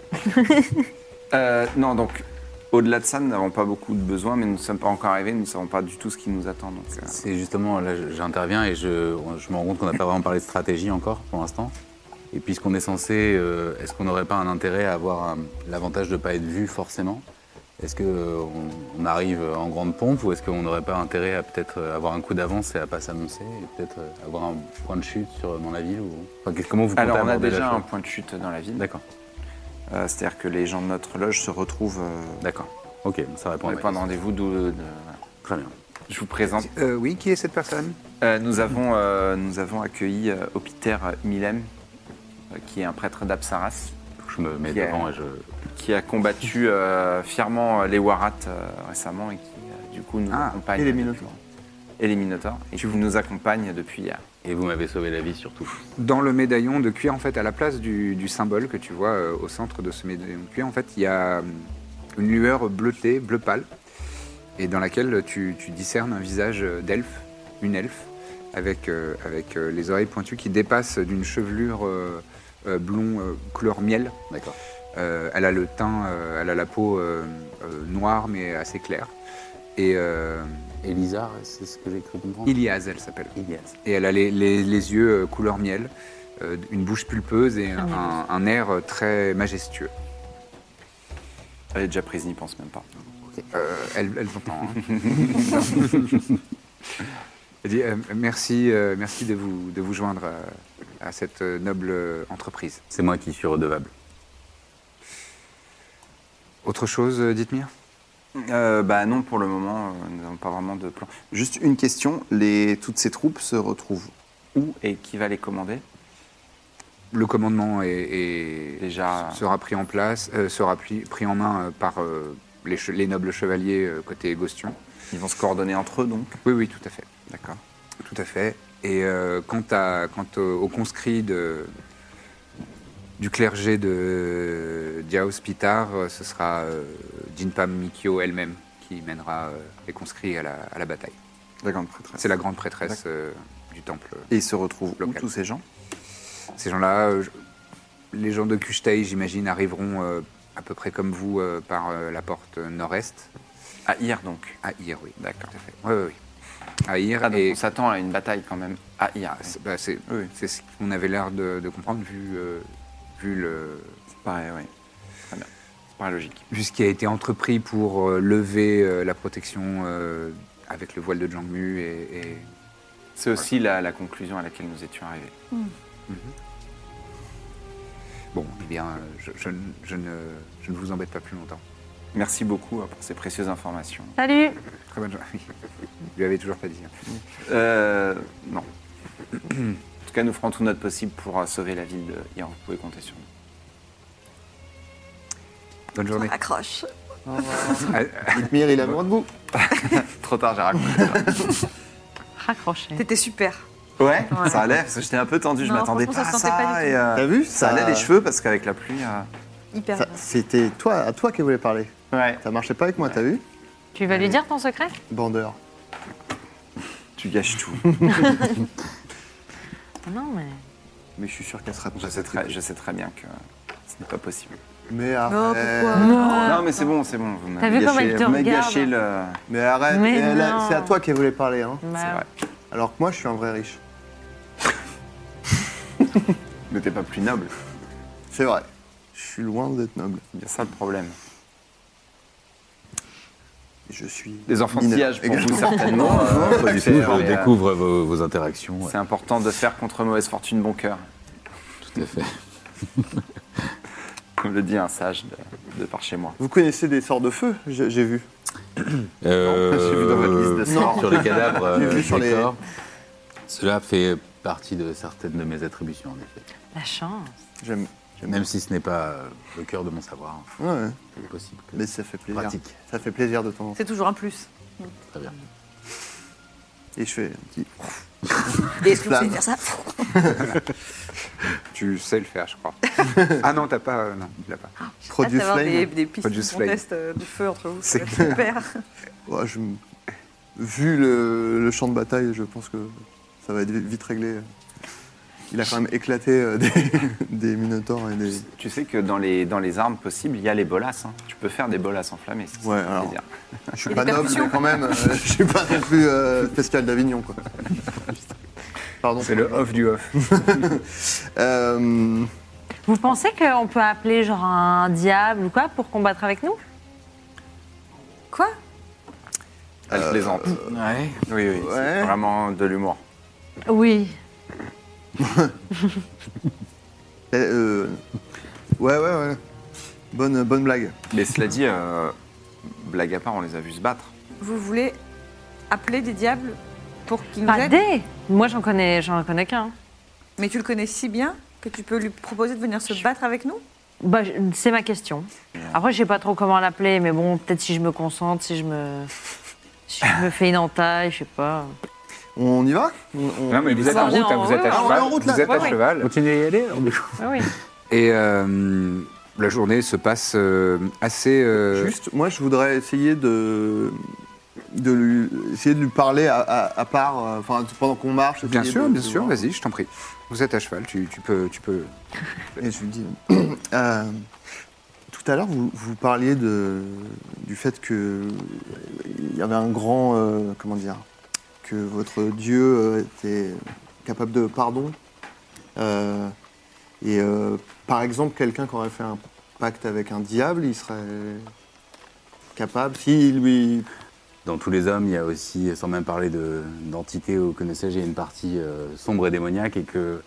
Speaker 5: Euh, non, donc au-delà de ça, nous n'avons pas beaucoup de besoins, mais nous ne sommes pas encore arrivés, nous ne savons pas du tout ce qui nous attend. Donc, euh,
Speaker 8: C'est justement, là, je- j'interviens et je, je me rends compte qu'on n'a pas vraiment parlé de stratégie encore pour l'instant. Et puisqu'on est censé, euh, est-ce qu'on n'aurait pas un intérêt à avoir euh, l'avantage de ne pas être vu forcément Est-ce qu'on on arrive en grande pompe ou est-ce qu'on n'aurait pas intérêt à peut-être euh, avoir un coup d'avance et à pas s'annoncer et peut-être euh, avoir un point de chute sur, dans la ville ou... Enfin, que- Comment vous comptez
Speaker 5: Alors, on a
Speaker 8: aborder la
Speaker 5: déjà
Speaker 8: chose
Speaker 5: un point de chute dans la ville.
Speaker 8: D'accord.
Speaker 5: Euh, C'est-à-dire que les gens de notre loge se retrouvent. euh,
Speaker 8: D'accord. Ok, ça répond à
Speaker 5: Les
Speaker 8: ma
Speaker 5: points de
Speaker 8: question.
Speaker 5: rendez-vous, d'où. le- de-
Speaker 8: Très bien.
Speaker 5: Je vous présente.
Speaker 7: Euh, oui, qui est cette personne
Speaker 5: Euh, nous, avons, euh, nous avons accueilli euh, Hopiter Milem, euh, qui est un prêtre d'Apsaras.
Speaker 8: Je me mets
Speaker 5: Qui est-
Speaker 8: devant et je...
Speaker 5: qui a combattu euh, fièrement euh, les Warats euh, récemment et qui euh, du coup nous
Speaker 7: Ah,
Speaker 5: accompagne.
Speaker 3: et les
Speaker 5: depuis-
Speaker 3: Minotaures.
Speaker 5: Et les Minotaures. Et qui nous accompagne depuis hier.
Speaker 8: Et vous m'avez sauvé la vie surtout.
Speaker 7: Dans le médaillon de cuir, en fait, à la place du, du symbole que tu vois euh, au centre de ce médaillon de cuir, en fait, il y a hum, une lueur bleutée, bleu pâle, et dans laquelle tu, tu discernes un visage euh, d'elfe, une elfe, avec, euh, avec euh, les oreilles pointues qui dépassent d'une chevelure euh, euh, blond euh, couleur miel.
Speaker 8: D'accord.
Speaker 7: Euh, elle a le teint, euh, elle a la peau euh, euh, noire mais assez claire. Et euh,
Speaker 8: Elisa, c'est ce que j'ai cru comprendre
Speaker 7: Ilias, elle s'appelle.
Speaker 8: Ilias.
Speaker 7: Et elle a les, les- les yeux euh, couleur miel, euh, une bouche pulpeuse et un,
Speaker 2: mignon.
Speaker 7: un air euh, très majestueux.
Speaker 5: Elle est Euh, déjà prise, n'y pense même pas.
Speaker 7: Euh, elle elle t'entend, hein. elle dit euh, merci, euh, merci de vous, de vous joindre à, à cette euh, noble euh, entreprise.
Speaker 8: C'est moi qui suis redevable.
Speaker 7: Autre chose, euh, dites-moi
Speaker 5: Euh, bah non, pour le moment, euh, nous n'avons pas vraiment de plan. Juste une question, les, toutes ces troupes se retrouvent où et qui va les commander
Speaker 7: Le commandement est, est-
Speaker 5: Déjà-
Speaker 7: sera pris en place, euh, sera pli- pris en main euh, par euh, les, che- les nobles chevaliers euh, côté Gostion.
Speaker 5: Ils vont se coordonner entre eux donc
Speaker 7: Oui, oui, tout à fait.
Speaker 5: D'accord.
Speaker 7: Tout à fait. Et euh, quant, à, quant au, au conscrit de, du clergé de Diaos Pitar, euh, ce sera euh, Jinpam Mikio elle-même qui mènera euh, les conscrits à la, à la bataille.
Speaker 5: La grande prêtresse.
Speaker 7: C'est la grande prêtresse euh, du temple.
Speaker 5: Et ils se retrouvent où
Speaker 7: Local.
Speaker 5: tous ces gens
Speaker 7: Ces gens-là, euh, je- les gens de Kushtai, j'imagine, arriveront euh, à peu près comme vous euh, par euh, la porte nord-est.
Speaker 5: À Ir donc.
Speaker 7: À Ir, oui.
Speaker 5: D'accord.
Speaker 7: Tout à fait. Oui, oui, oui. À Ir,
Speaker 5: Ah, donc
Speaker 7: et
Speaker 5: On s'attend à une bataille quand même à Ir.
Speaker 7: c'est bah, c'est-
Speaker 5: Oui.
Speaker 7: c'est ce qu'on avait l'air de, de comprendre vu, euh, vu le,
Speaker 5: Pareil, oui.
Speaker 9: Pas logique.
Speaker 7: Vu ce qui a été entrepris pour euh, lever euh, la protection euh, avec le voile de Jangmu et. et-
Speaker 9: C'est aussi la, la conclusion à laquelle nous étions arrivés.
Speaker 7: Mhm. Bon, eh bien, je, je ne- je ne, je ne vous embête pas plus longtemps.
Speaker 9: Merci beaucoup euh, pour ces précieuses informations.
Speaker 2: Salut
Speaker 7: Très bonne journée. (laughs) Vous lui avez toujours pas dit. hein.
Speaker 9: Euh, non. (clears throat) en tout cas, nous ferons tout notre possible pour euh, sauver la ville de Hier. Vous pouvez compter sur nous.
Speaker 7: Bonne journée.
Speaker 6: Ah, Accroche.
Speaker 3: Mire, il a moins de bout.
Speaker 9: Trop tard, j'ai raconté.
Speaker 2: Raccroché.
Speaker 6: T'étais super.
Speaker 9: Ouais,
Speaker 6: Ouais.
Speaker 9: ça allait, parce que j'étais un peu tendu, je
Speaker 6: Non,
Speaker 9: m'attendais pas
Speaker 6: franchement,
Speaker 9: à
Speaker 6: ça
Speaker 9: ça.
Speaker 6: se sentait pas du
Speaker 9: et,
Speaker 6: tout.
Speaker 9: euh,
Speaker 3: T'as vu,
Speaker 9: ça...
Speaker 3: ça-
Speaker 9: allait les cheveux, parce qu'avec la pluie... euh,
Speaker 6: Hyper.
Speaker 2: Ah.
Speaker 3: Ça- C'était toi, à toi qu'elle voulait parler.
Speaker 9: Ouais.
Speaker 3: Ça marchait pas avec moi, t'as vu
Speaker 2: Tu vas lui dire ton secret
Speaker 3: Bandeur.
Speaker 9: Tu gâches (laughs) tout.
Speaker 2: Non, mais.
Speaker 3: Mais je suis sûr qu'elle sera
Speaker 9: je, sais très, je sais très bien que ce n'est pas possible.
Speaker 3: Mais arrête.
Speaker 6: pourquoi
Speaker 9: Non, mais c'est bon, c'est bon. Vous
Speaker 2: T'as vu
Speaker 9: m'avez gâché,
Speaker 2: comme elle te
Speaker 9: vous m'avez
Speaker 2: regarde
Speaker 9: gâché le...
Speaker 3: Mais arrête.
Speaker 2: Mais
Speaker 3: elle a-
Speaker 2: non.
Speaker 3: C'est à toi qu'elle voulait parler. Hein.
Speaker 9: C'est
Speaker 2: Bah,
Speaker 9: vrai.
Speaker 3: Alors que moi, je suis un vrai riche.
Speaker 9: Mais t'es pas plus noble.
Speaker 3: C'est vrai. Je suis loin d'être noble.
Speaker 9: C'est bien ça le problème.
Speaker 3: Je suis.
Speaker 9: Des enfantillages pour vous,
Speaker 3: Également.
Speaker 9: certainement. euh,
Speaker 8: Pas du tout,
Speaker 9: c'est-
Speaker 8: je
Speaker 9: mais, euh,
Speaker 8: découvre vos, vos interactions. ouais,
Speaker 9: C'est important de faire contre mauvaise fortune bon cœur,
Speaker 8: tout à fait.
Speaker 9: comme le dit un sage de, de par chez moi.
Speaker 3: Vous connaissez des sorts de feu, j'ai j'ai vu.
Speaker 9: (laughs) j'ai vu dans votre liste de sorts.
Speaker 8: Euh, Sur les cadavres,
Speaker 9: (laughs)
Speaker 3: J'ai
Speaker 8: euh,
Speaker 3: vu sur
Speaker 8: des
Speaker 3: les-
Speaker 8: corps. Cela fait partie de certaines de mes attributions, en effet.
Speaker 2: la chance.
Speaker 3: J'aime. j'aime
Speaker 8: Même si ce n'est pas euh, le cœur de mon savoir, hein.
Speaker 3: bien. Ouais, ouais.
Speaker 8: il est possible que
Speaker 3: Mais ça fait plaisir.
Speaker 8: pratique.
Speaker 3: Ça fait plaisir de temps. en temps.
Speaker 6: C'est toujours un plus.
Speaker 8: Très bien.
Speaker 3: Et je fais un petit.
Speaker 6: Et est-ce que vous
Speaker 3: Flamme.
Speaker 6: savez faire (laughs) ça
Speaker 7: Tu sais le faire, je crois. ah non, t'as pas. euh, non, il l'a pas.
Speaker 3: Produce
Speaker 6: Ah, ça va,
Speaker 3: flame.
Speaker 6: des, des pistes
Speaker 7: Produce
Speaker 6: de
Speaker 7: flame.
Speaker 6: contest euh, du feu entre vous.
Speaker 7: C'est
Speaker 6: C'est super.
Speaker 3: Ouais, Oh, je m- Vu le, le champ de bataille, je pense que ça va être vi- vite réglé. Il a quand même éclaté euh, (laughs) des, des minotaures et des.
Speaker 9: Tu sais que dans les, dans les armes possibles, il y a les bolas. hein. Tu peux faire des bolas enflammées. si ça
Speaker 3: Ouais,
Speaker 9: fait
Speaker 3: alors.
Speaker 9: plaisir.
Speaker 3: Je suis
Speaker 6: Et
Speaker 3: pas
Speaker 6: des
Speaker 3: noble, mais quand même, euh, je suis pas non plus euh, spécial d'Avignon, quoi. Pardon.
Speaker 7: C'est le off du off.
Speaker 3: (laughs) Euh,
Speaker 2: Vous pensez qu'on peut appeler genre un diable ou quoi pour combattre avec nous
Speaker 6: Quoi
Speaker 9: Elle plaisante.
Speaker 8: Ouais.
Speaker 9: Oui, oui,
Speaker 3: Ouais.
Speaker 9: c'est vraiment de l'humour.
Speaker 2: Oui.
Speaker 3: euh, ouais, ouais, ouais. Bonne, bonne blague.
Speaker 9: Mais cela dit, euh, blague à part, on les a vus se battre.
Speaker 6: Vous voulez appeler des diables pour qu'ils nous
Speaker 2: Pas
Speaker 6: aident
Speaker 2: des Bah, Moi, j'en connais, j'en connais qu'un.
Speaker 6: Mais tu le connais si bien que tu peux lui proposer de venir se battre avec nous
Speaker 2: Bah, je- c'est ma question. Après, je sais pas trop comment l'appeler, mais bon, peut-être si je me concentre, si je me. Si je me fais une entaille, je sais pas.
Speaker 3: On y va On- on-
Speaker 7: Non, mais vous êtes
Speaker 2: Ah,
Speaker 7: en
Speaker 2: on est
Speaker 7: route, hein,
Speaker 2: en-
Speaker 7: vous êtes à
Speaker 2: ouais,
Speaker 3: on est
Speaker 7: cheval.
Speaker 3: en route, là.
Speaker 7: Vous êtes
Speaker 3: Ouais,
Speaker 7: à
Speaker 3: ouais.
Speaker 7: cheval.
Speaker 8: Continuez à y aller
Speaker 2: Ah oui.
Speaker 7: Et euh, la journée se passe euh, assez. euh,
Speaker 3: Juste, moi, je voudrais essayer de, de lui, essayer de lui parler à, à- à part, euh, enfin, pendant qu'on marche.
Speaker 7: Bien
Speaker 3: essayer
Speaker 7: sûr,
Speaker 3: de-
Speaker 7: bien
Speaker 3: de
Speaker 7: sûr,
Speaker 3: voir.
Speaker 7: vas-y, je t'en prie. Vous êtes à cheval, tu, tu peux. Tu peux...
Speaker 3: Et je lui dis, (clears throat) euh, tout à l'heure, vous, vous parliez de, du fait que euh, il y avait un grand, euh, comment dire, que votre Dieu euh, était capable de pardon. Euh, et euh, par exemple, quelqu'un qui aurait fait un pacte avec un diable, il serait capable, s'il lui
Speaker 8: Dans tous les hommes, il y a aussi, sans même parler de- d'entité ou que ne sais-je, il y a une partie euh, sombre et démoniaque et que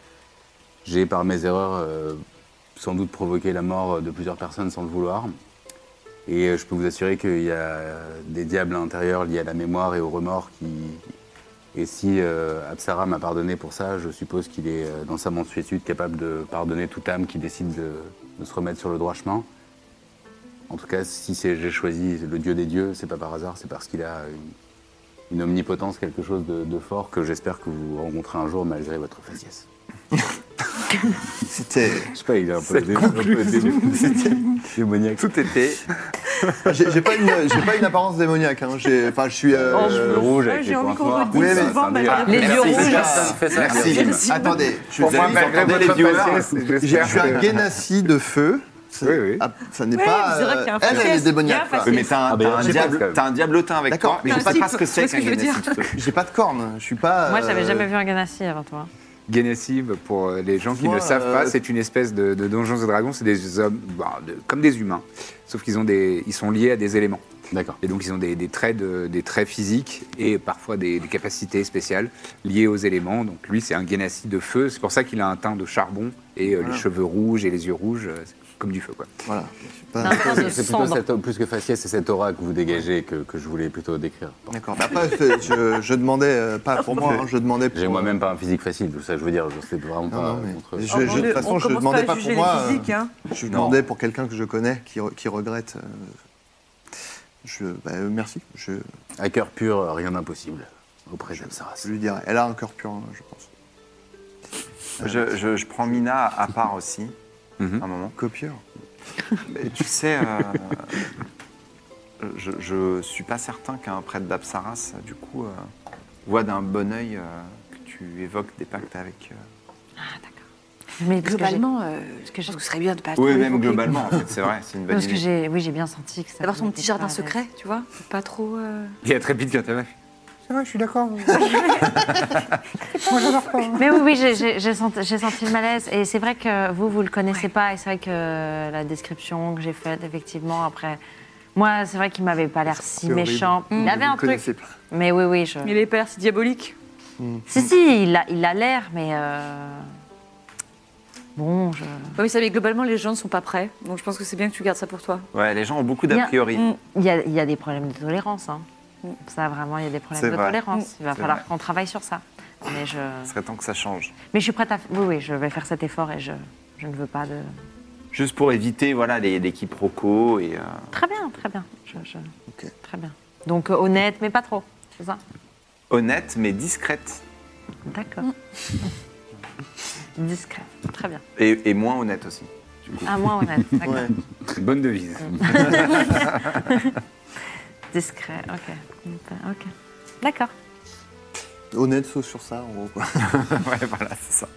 Speaker 8: j'ai, par mes erreurs, euh, sans doute provoqué la mort de plusieurs personnes sans le vouloir. Et euh, je peux vous assurer qu'il y a des diables à l'intérieur liés à la mémoire et au remords qui. Et si euh, Apsara m'a pardonné pour ça, je suppose qu'il est, euh, dans sa mansuétude, capable de pardonner toute âme qui décide de, de se remettre sur le droit chemin. En tout cas, si c'est- j'ai choisi le dieu des dieux, c'est pas par hasard, c'est parce qu'il a une, une omnipotence, quelque chose de, de fort que j'espère que vous rencontrez un jour malgré votre faciès.
Speaker 3: C'était. (laughs)
Speaker 8: Je sais pas, il est un peu, dé- un peu dé- (laughs) c'était démoniaque.
Speaker 9: Tout était
Speaker 3: J'ai j'ai pas, une- j'ai pas une apparence démoniaque. Hein. J'ai- Enfin, je suis. euh,
Speaker 8: Euh, le rouge avec
Speaker 6: j'ai
Speaker 8: les
Speaker 6: envie
Speaker 8: points
Speaker 6: qu'on
Speaker 8: noirs.
Speaker 6: redise
Speaker 3: Oui, mais-
Speaker 6: souvent, malgré
Speaker 8: Ah,
Speaker 6: les
Speaker 8: merci,
Speaker 6: yeux
Speaker 8: c'est
Speaker 6: rouges.
Speaker 8: personne fait ça.
Speaker 3: Merci.
Speaker 6: Merci.
Speaker 3: Attendez, je
Speaker 9: Pour
Speaker 3: vous
Speaker 9: moi,
Speaker 3: ai-
Speaker 9: malgré
Speaker 3: attendez,
Speaker 9: les
Speaker 3: je
Speaker 9: viewers,
Speaker 3: Je suis un Genassi de feu. Ça-
Speaker 7: Oui, oui.
Speaker 3: ah, ça n'est
Speaker 6: Ouais,
Speaker 3: pas.
Speaker 6: je dirais
Speaker 3: euh,
Speaker 6: qu'il y a un
Speaker 3: elle, elle est
Speaker 6: faciès, il y a un
Speaker 3: démoniaque. quoi.
Speaker 6: faciès.
Speaker 9: Oui, mais t'as
Speaker 8: Ah,
Speaker 9: un,
Speaker 2: ben.
Speaker 8: mais
Speaker 9: t'as un
Speaker 8: j'ai pas
Speaker 9: diable-
Speaker 8: le-
Speaker 9: t'as un diablotin avec
Speaker 3: D'accord,
Speaker 9: toi, mais
Speaker 6: mais
Speaker 9: je sais
Speaker 6: si,
Speaker 9: pas ce que
Speaker 6: tu vois
Speaker 9: c'est
Speaker 6: ce que
Speaker 9: qu'un
Speaker 6: je veux
Speaker 9: Guinness.
Speaker 6: dire
Speaker 3: J'ai pas de cornes. Je suis pas.
Speaker 2: Moi, j'avais
Speaker 3: euh,
Speaker 2: jamais vu un ganassi avant toi.
Speaker 7: Guénassive, pour les gens qui
Speaker 3: Moi,
Speaker 7: ne le savent
Speaker 3: euh,
Speaker 7: pas, c'est une espèce de, de Donjons et Dragons. C'est des hommes bah, de- comme des humains, sauf qu'ils ont des, ils sont liés à des éléments.
Speaker 8: D'accord.
Speaker 7: Et donc ils ont des, des traits, de- des traits physiques et parfois des, des capacités spéciales liées aux éléments. Donc lui, c'est un Guénassi de feu. C'est pour ça qu'il a un teint de charbon et euh,
Speaker 3: Voilà.
Speaker 7: les cheveux rouges et les yeux rouges, euh, c'est comme du feu, quoi.
Speaker 3: Voilà.
Speaker 8: C'est plutôt cette- plus que faciès, c'est cette aura que vous dégagez que, que je voulais plutôt décrire.
Speaker 3: D'accord. Mais après, je, je- je demandais, euh, pas pour moi, hein, je demandais pour.
Speaker 8: J'ai moi-même pas un physique facile, tout ça, je veux dire, je sais vraiment pas.
Speaker 3: non, mais
Speaker 8: contre-
Speaker 3: je- je- de toute façon, je demandais pas, pour moi. euh,
Speaker 6: hein.
Speaker 3: Je
Speaker 8: Non.
Speaker 3: demandais pour quelqu'un que je connais qui, re- qui regrette. euh, je, bah, euh, merci. Je,
Speaker 8: À cœur pur, rien d'impossible. Auprès de Saras.
Speaker 3: je lui dirais. Elle a un cœur pur, hein, je pense.
Speaker 9: Je, je- je prends Mina à part aussi, un moment.
Speaker 3: Copieur.
Speaker 9: Mais tu sais, euh, je, je suis pas certain qu'un prêtre d'Apsaras, du coup, euh, voit d'un bon œil euh, que tu évoques des pactes avec. euh,
Speaker 2: Mais
Speaker 6: globalement, euh, ce que je pense que ce serait bien de pas.
Speaker 9: Oui,
Speaker 6: trop
Speaker 9: même
Speaker 6: évoquer,
Speaker 9: globalement, en
Speaker 6: quoi.
Speaker 9: fait, c'est vrai, c'est une bonne
Speaker 2: Parce que
Speaker 9: idée.
Speaker 2: j'ai, oui, j'ai bien senti que ça.
Speaker 6: D'avoir son
Speaker 2: me
Speaker 6: petit
Speaker 2: mettait
Speaker 6: jardin
Speaker 2: pas à l'aise.
Speaker 6: secret, tu vois. Pas trop. euh,
Speaker 7: Il y a très vite quand même.
Speaker 4: C'est vrai, je suis d'accord.
Speaker 2: Mais oui, oui, j'ai- j'ai j'ai senti, j'ai senti le malaise. Et c'est vrai que vous, vous le connaissez pas. Et c'est vrai que euh, la description que j'ai faite, effectivement, après. Moi, c'est vrai qu'il m'avait pas l'air si
Speaker 6: C'est horrible.
Speaker 2: méchant. Il
Speaker 6: Mm.
Speaker 2: avait
Speaker 6: Vous
Speaker 2: un
Speaker 6: le
Speaker 2: truc.
Speaker 6: connaissez
Speaker 2: Mais oui, oui, je.
Speaker 6: Mais les pères, c'est diabolique.
Speaker 2: Si, si, il a il a l'air, mais. euh, Bon, je.
Speaker 6: Ouais, mais ça, mais globalement, les gens ne sont pas prêts. Donc je pense que c'est bien que tu gardes ça pour toi.
Speaker 9: Ouais, les gens ont beaucoup d'a priori.
Speaker 2: Mm. Il y, a, il y a des problèmes de tolérance. hein. Ça, vraiment, il y a des
Speaker 9: C'est
Speaker 2: problèmes de
Speaker 9: vrai.
Speaker 2: tolérance. Il va
Speaker 9: C'est
Speaker 2: falloir
Speaker 9: vrai.
Speaker 2: qu'on travaille sur ça. Mais je,
Speaker 9: Ce serait temps que ça change.
Speaker 2: mais je suis prête à. Oui, oui, je vais faire cet effort et je, je ne veux pas de.
Speaker 9: Juste pour éviter voilà, les, les quiproquos et. euh,
Speaker 2: Très bien, très bien. Je- je- Très bien. Donc euh, honnête, mais pas trop. C'est ça
Speaker 9: honnête mais discrète.
Speaker 2: D'accord. (laughs) Discret. Très bien.
Speaker 9: Et, et moins honnête aussi. du coup.
Speaker 2: Ah, moins honnête, d'accord. Ouais.
Speaker 7: Bonne devise.
Speaker 2: Discret, ok. Ok. D'accord.
Speaker 3: Honnête, sauf sur ça, en gros. Quoi.
Speaker 9: ouais, voilà, c'est ça.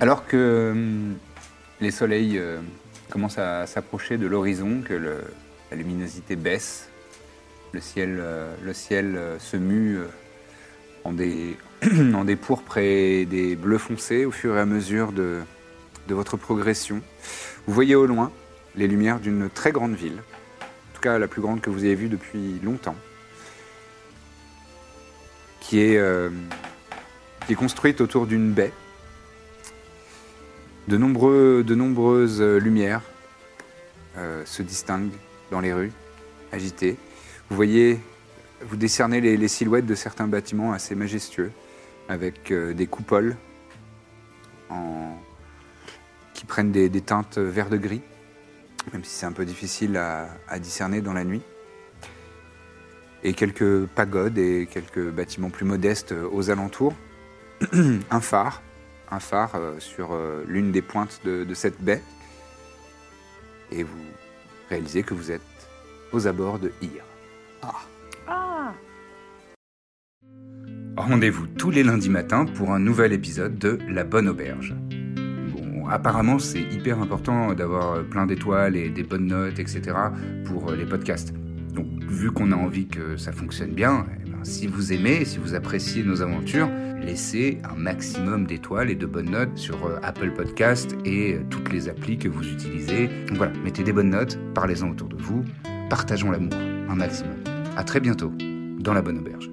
Speaker 7: Alors que hum, les soleils euh, commencent à s'approcher de l'horizon, que le- la luminosité baisse, le ciel, euh, le ciel euh, se mue euh, en des, (clears throat) en des pourpres et des bleus foncés au fur et à mesure de, de votre progression. Vous voyez au loin les lumières d'une très grande ville, en tout cas la plus grande que vous ayez vue depuis longtemps, qui est, euh, qui est construite autour d'une baie de, nombreux- de nombreuses euh, lumières euh, se distinguent dans les rues, agitées. Vous voyez, vous décernez les, les silhouettes de certains bâtiments assez majestueux, avec euh, des coupoles en- qui prennent des, des teintes vert de gris, même si c'est un peu difficile à, à discerner dans la nuit. Et quelques pagodes et quelques bâtiments plus modestes euh, aux alentours. (clears throat) un phare un phare euh, sur euh, l'une des pointes de, de cette baie. Et vous réalisez que vous êtes aux abords de Hyre.
Speaker 6: Ah
Speaker 7: Rendez-vous tous les lundis matins pour un nouvel épisode de La Bonne Auberge. Bon, apparemment, c'est hyper important d'avoir euh, plein d'étoiles et des bonnes notes, etc. pour euh, les podcasts. Donc, vu qu'on a envie que ça fonctionne bien, eh ben, si vous aimez, si vous appréciez nos aventures, laissez un maximum d'étoiles et de bonnes notes sur euh, Apple Podcast et euh, toutes les applis que vous utilisez. Donc voilà, mettez des bonnes notes, parlez-en autour de vous, partageons l'amour un maximum. À très bientôt dans La Bonne Auberge.